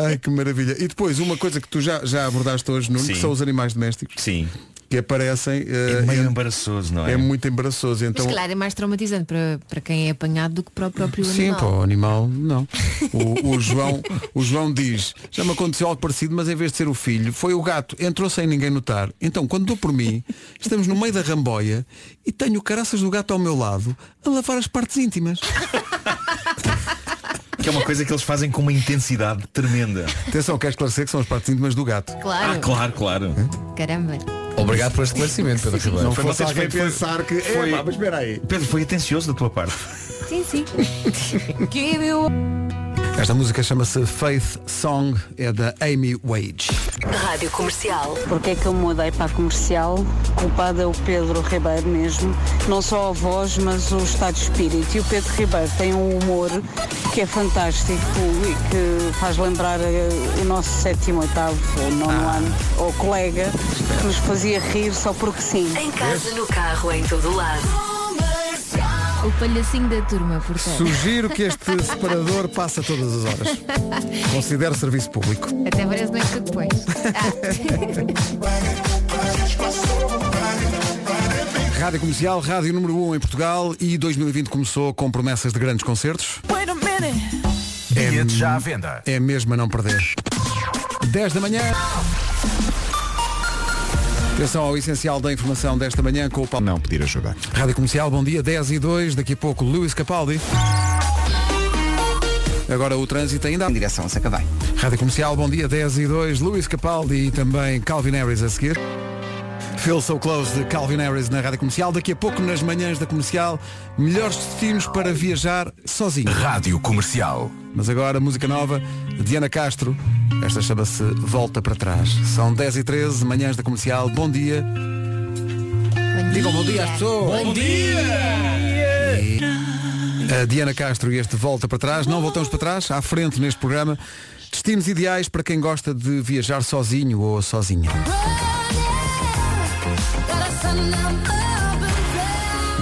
Ai, que maravilha. E depois, uma coisa que tu já, já abordaste hoje, Nuno, que Sim. são os animais domésticos. Sim. Que aparecem. eh, É meio embaraçoso, não é? É muito embaraçoso. Então, mas claro, é mais traumatizante para, para quem é apanhado do que para o próprio Sim, animal. para o animal, (laughs) não. O, o João, o João diz, já me aconteceu algo parecido, mas em vez de ser o filho, foi o gato, entrou sem ninguém notar. Então, quando dou por mim, estamos no meio da ramboia e tenho o caraças do gato ao meu lado a lavar as partes (laughs) íntimas. Que é uma coisa que eles fazem com uma intensidade tremenda. Atenção, quer esclarecer que são as partes íntimas do gato. Claro. Ah, claro, claro. Caramba. Obrigado por este esclarecimento, Pedro Ribeiro. Não fosse alguém pensar que, "Epá, mas espera aí. Pedro, foi atencioso da tua parte. Sim, sim. que meu... Esta música chama-se Faith Song, é da Amy Wage. Rádio Comercial. Porque é que eu mudei para a comercial? Culpado é o Pedro Ribeiro mesmo. Não só a voz, mas o estado de espírito. E o Pedro Ribeiro tem um humor que é fantástico e que faz lembrar eh, o nosso sétimo, oitavo ou nono Ah. ano, ou colega, que nos fazia rir só porque sim. Em casa, no carro, em todo o lado. O palhacinho da turma, portanto. Sugiro que este separador passe a todas as horas. Considero serviço público. Até parece bem que depois. Ah. (laughs) Rádio Comercial, rádio número 1 em Portugal e 2020 começou com promessas de grandes concertos. Wait a minute. Bilhetes já à venda. É mesmo a não perder. 10 da manhã. Atenção ao essencial da informação desta manhã com o Paulo. Não pedir ajuda. Rádio Comercial, bom dia, 10 e 2, daqui a pouco Luís Capaldi. Agora o trânsito ainda. Em direção a Sacavém. Rádio Comercial, bom dia, 10 e 2, Luís Capaldi e também Calvin Harris a seguir. Feel So Close de Calvin Harris na Rádio Comercial. Daqui a pouco, nas manhãs da Comercial, melhores destinos para viajar sozinho. Rádio Comercial. Mas agora, música nova, Diana Castro. Esta chama-se Volta para Trás. São 10 e 13 manhãs da Comercial. Bom dia. Digam bom dia às pessoas. Bom A Diana Castro e este Volta para Trás. Não voltamos para trás, à frente neste programa. Destinos ideais para quem gosta de viajar sozinho ou sozinha.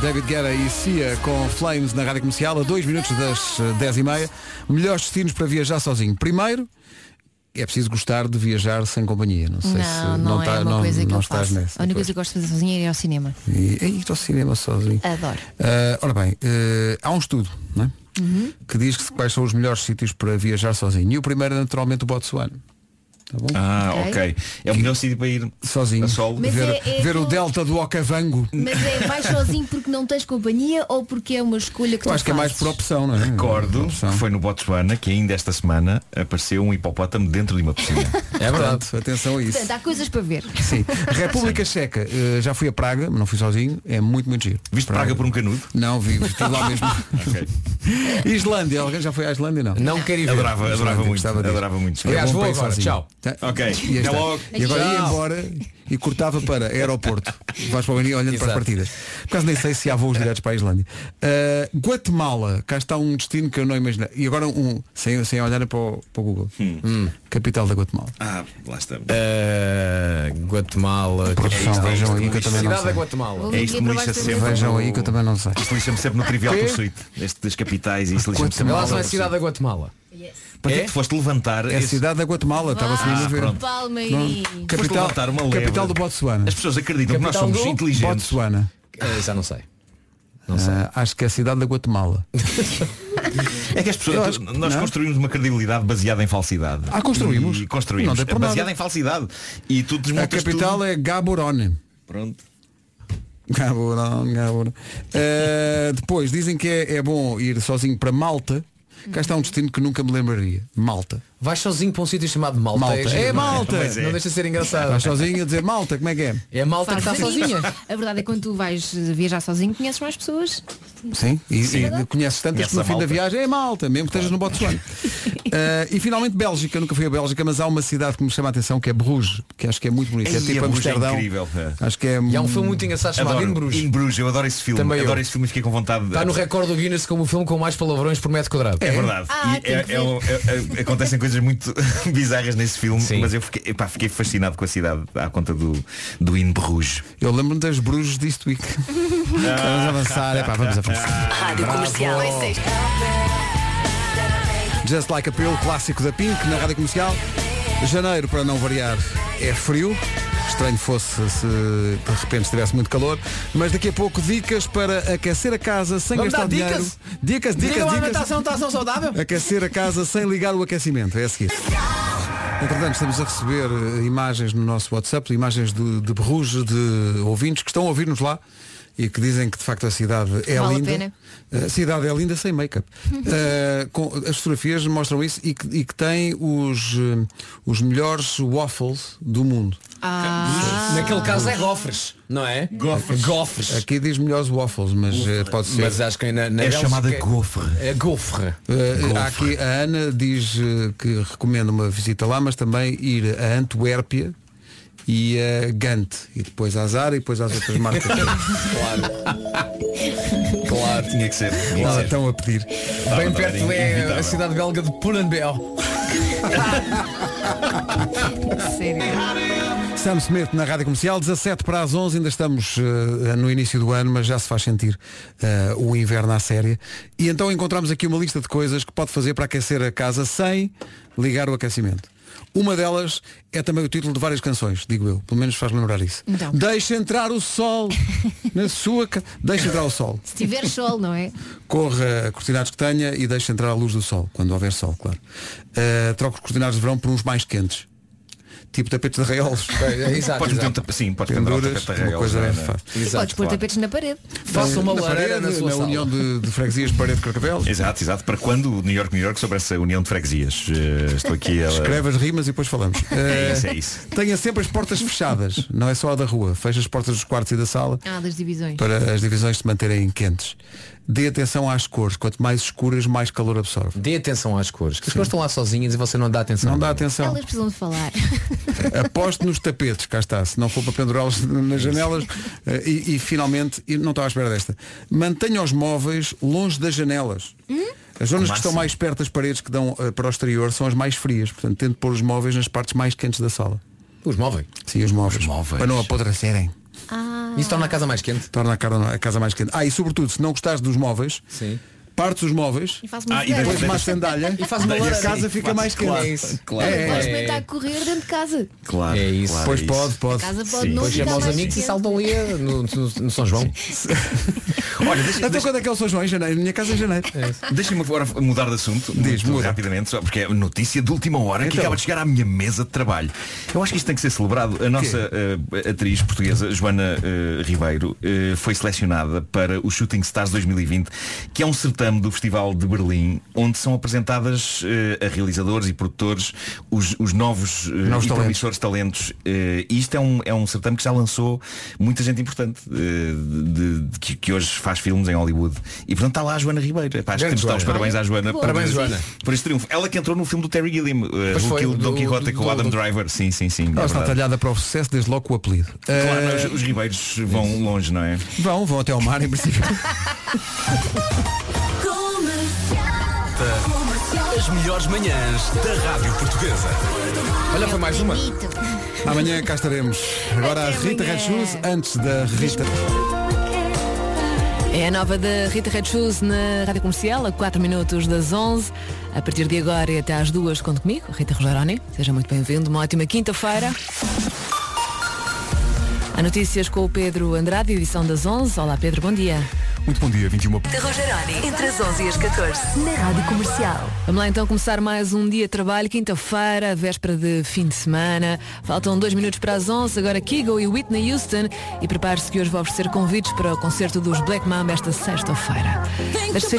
David Guerra e Cia com Flames na Rádio Comercial a 2 minutos das 10 e meia. É, Melhores destinos para viajar sozinho. Primeiro, é preciso gostar de viajar sem companhia. Não sei se Não, não, tá- é uma coisa que não eu estás faço. nessa. a única coisa que eu gosto de fazer sozinha é ir ao cinema. E, e ir ao cinema sozinho. Adoro. Ah, ora bem, eh, há um estudo não é? Uhum. que diz que quais são os melhores sítios para viajar sozinho. E o primeiro é naturalmente o Botsuana. Tá bom? Ah, ok. Ok. É o melhor sítio para ir sozinho. A solo. Mas ver é- é ver o aquele- delta do Ocavango. Mas é mais sozinho porque não tens companhia ou porque é uma escolha que Eu tu acho que é mais por opção, (laughs) não é? Recordo que foi no Botswana que ainda esta semana apareceu um hipopótamo dentro de (laughs) uma piscina. É verdade. atenção a isso. (laughs) Portanto, há coisas para ver. Sim. República Checa, eh, já fui a Praga, mas não fui sozinho, é muito, muito giro. Viste Praga, por um canudo? Não, vi, estive lá mesmo. (laughs) (laughs) Islândia, alguém já foi à Islândia? Não. Não quero ir ver. Adorava, adorava Islândia, muito, gostava de ir. adorava muito. Era Aliás, bom vou para ir agora, sozinho. tchau. Tá? Ok, E aí até está. logo. E agora ia Tchau. embora e cortava para aeroporto. Vais para o Benio olhando para as Exato. partidas. Por acaso nem sei se há voos diretos para a Islândia. Eh, Guatemala, cá está um destino que eu não imaginei. E agora um, sem, sem olhar para o, para o Google. Hum. Capital da Guatemala. Ah, lá está. Eh, Guatemala. é Profissão, capital vejam deste aí que eu país. também não Cidade da sei. Guatemala. É isto que me lixa sempre. Vejam aí que eu também não sei. Isto lixa-me sempre no Trivial Quê? Pursuit. Este das capitais e isso lixa-me sempre. Guatemala no não é Trivial cidade da Guatemala. Pursuit. Para que é que foste levantar? É a cidade da Guatemala, estava-se Ah, mesmo a ver. pronto. Palma Não, aí. Foste Capital, levantar uma lebre. capital do Botsuana. As pessoas acreditam que nós Capital somos do inteligentes. Botsuana. já não sei. Ah, acho que é a cidade da Guatemala. É que as pessoas, Eu acho- nós não. construímos uma credibilidade baseada em falsidade. Ah, construímos? E Não construímos. dei por nada. baseada em falsidade. E tu A desmontas capital tudo. é Gaborone. Pronto. Gaborone, Gaborone. Ah, depois, dizem que é, é bom ir sozinho para Malta. Cá está um destino que nunca me lembraria. Malta. Vais sozinho para um sítio chamado Malta. Malta. giro, É não Malta! Pois é. Não deixa de ser engraçado. Estás sozinho a dizer Malta, como é que é? É Malta que está Fazes sozinha. amigos. A verdade é que quando tu vais eh, viajar sozinho conheces mais pessoas. Sim, e, e conheces tantas Conheces que no a fim da malta. viagem é malta, mesmo que estejas no Botsuana. Ah, e finalmente Bélgica, nunca fui a Bélgica, mas há uma cidade que me chama a atenção, que é Bruges, que acho que é muito bonita. É Ei, tipo a Bruges é Amsterdão. incrível. Acho que é E há um filme muito engraçado chamado Adoro. In Bruges. In Bruges, eu adoro esse filme. Também eu. adoro esse filme e fiquei com vontade de. Está no recorde do Guinness como o filme com mais palavrões por metro quadrado. É verdade. E é- é um- é- é- acontecem coisas muito (laughs) bizarras nesse filme, mas eu fiquei, epá, fiquei fascinado com a cidade à conta do, do In Bruges. Eu lembro-me das Bruges (laughs) disto week. vamos avançar, epá, vamos avançar. Ah. Rádio Bravo. Comercial. Just Like a Pill, clássico da Pink, na Rádio Comercial. Janeiro, para não variar, é frio. Estranho fosse se de repente estivesse muito calor. Mas daqui a pouco dicas para aquecer a casa sem Vamos gastar dar dicas? dinheiro. Dicas, dicas, Diga uma dicas. alimentação, alimentação saudável? Aquecer a casa sem ligar o aquecimento, é a seguir. Entretanto, estamos a receber eh, imagens no nosso WhatsApp, imagens de, de Bruges, de ouvintes que estão a ouvir-nos lá e que dizem que de facto a cidade é Vale a linda. pena. A cidade é linda sem (laughs) make-up. Eh, com- as fotografias mostram isso e que, e que tem os, eh, os melhores waffles do mundo. Naquele caso é gofres, não é? Gofres. Gofres. Aqui diz melhores waffles, mas eh, pode ser. Mas acho que na, na Bélgica- É gofre. Eh, Gofre. há aqui a Ana diz eh, que recomenda uma visita lá, mas também ir a Antuérpia e a Gant e depois a Zara e depois às outras (laughs) marcas. Claro, tinha que ser. que Lá ser. estão a pedir. Bem perto é a cidade belga de Pull&Bell. Ah. Sam Smith na Rádio Comercial, 17 para as 11, ainda estamos eh, no início do ano, mas já se faz sentir eh, o inverno à séria. E então encontramos aqui uma lista de coisas que pode fazer para aquecer a casa sem ligar o aquecimento. Uma delas é também o título de várias canções, digo eu, pelo menos faz lembrar isso. Então. Deixa entrar o sol na sua casa. Deixa entrar o sol. Se tiver sol, não é? Corra cortinados que tenha e deixe entrar a luz do sol, quando houver sol, claro. Uh, troque os cortinados de verão por uns mais quentes. Tipo tapetes de raiolos. É, é, exato, Podes meter exato. um tapa- sim, podes pendurar o Penduras, tapete de uma raiolos, coisa não é? fácil. Podes pôr tapetes na parede. Faça uma Na lareira parede, na sua na sala. união de, de freguesias de parede de carcavelos. Exato, exato. Para quando o New York, New York sobre essa união de freguesias? Eh, estou aqui a... Escreve as rimas e depois falamos. (laughs) É isso, Uh, é isso. Tenha sempre as portas fechadas, não é só a da rua. Fecha as portas dos quartos e da sala Ah, das divisões. para as divisões se manterem quentes. Dê atenção às cores, quanto mais escuras, mais calor absorve. Dê atenção às cores. Que as cores estão lá sozinhas e você não dá atenção. Não dá atenção. Elas precisam de falar. Aposto nos tapetes, cá está, se não for para pendurá-los nas janelas. Eh, E, e, finalmente, e não estava à espera desta, mantenha os móveis longe das janelas. As zonas Como que estão assim? mais perto das paredes que dão eh, para o exterior são as mais frias, portanto tente pôr os móveis nas partes mais quentes da sala. Os móveis? Sim, os móveis. Para não apodrecerem. Isso torna a casa mais quente? Torna a cara- a casa mais quente. Ah, e sobretudo, se não gostares dos móveis, Sim. partes os móveis, E faz uma e fogueira. depois uma sandália E faz uma e a lareira. casa Sim, fica faz- mais quente. claro, É isso. Claro. Podes experimentar correr dentro de casa. Claro. É isso. claro, Pois é isso. pode, pode. A casa pode não Depois ficar chama os mais amigos e quente. saltam ali eh, no, no- no São João. Olha, Então deixa, deixa, quando é que é o São João? Em janeiro? Minha casa é em janeiro. Deixa-me agora mudar de assunto muito rapidamente, só porque é notícia de última hora que Então. acaba de chegar à minha mesa de trabalho. Eu acho que isto tem que ser celebrado. A nossa eh, atriz portuguesa, Joana eh, Ribeiro, eh, foi selecionada para o Shooting Stars 2020, que é um certame do Festival de Berlim, onde são apresentadas eh, a realizadores e produtores os, os novos, eh, Novos e talentos. promissores talentos. Eh, e isto é um, é um certame que já lançou muita gente importante eh, de- de- que, que hoje faz filmes em Hollywood. E portanto está lá a Joana Ribeiro. Epá, acho que Grande temos de dar os Joana. parabéns à Joana. Parabéns, por, Joana. Por este triunfo. Ela que entrou no filme do Terry Gilliam, eh, Pois foi, Hulk, do- Don Quixote do- com o do- Adam do- Driver. Sim, sim, sim. é Ela está verdade. talhada para o sucesso desde logo com o apelido. Claro, Eh, mas os ribeiros vão longe, não é? Vão, vão até ao mar em princípio. As melhores manhãs da Rádio Portuguesa. Olha, foi mais uma. Amanhã cá estaremos. Agora a Rita Red Shoes antes da Rita. É a nova da Rita Red Shoes na Rádio Comercial, a 4 minutos das 11. A partir de agora e até às 2, conto comigo, Rita Rogeroni. Seja muito bem-vindo, uma ótima quinta-feira. Há notícias com o Pedro Andrade, edição das 11. Olá Pedro, bom dia. Muito bom dia, 21. De Rogeroni, entre as 11 e as 14, na Rádio Comercial. Vamos lá então começar mais um dia de trabalho, quinta-feira, véspera de fim de semana. Faltam dois minutos para as 11, agora Kigo e Whitney Houston. E prepare-se que hoje vou oferecer convites para o concerto dos Black Mamba esta sexta-feira. Deixe-se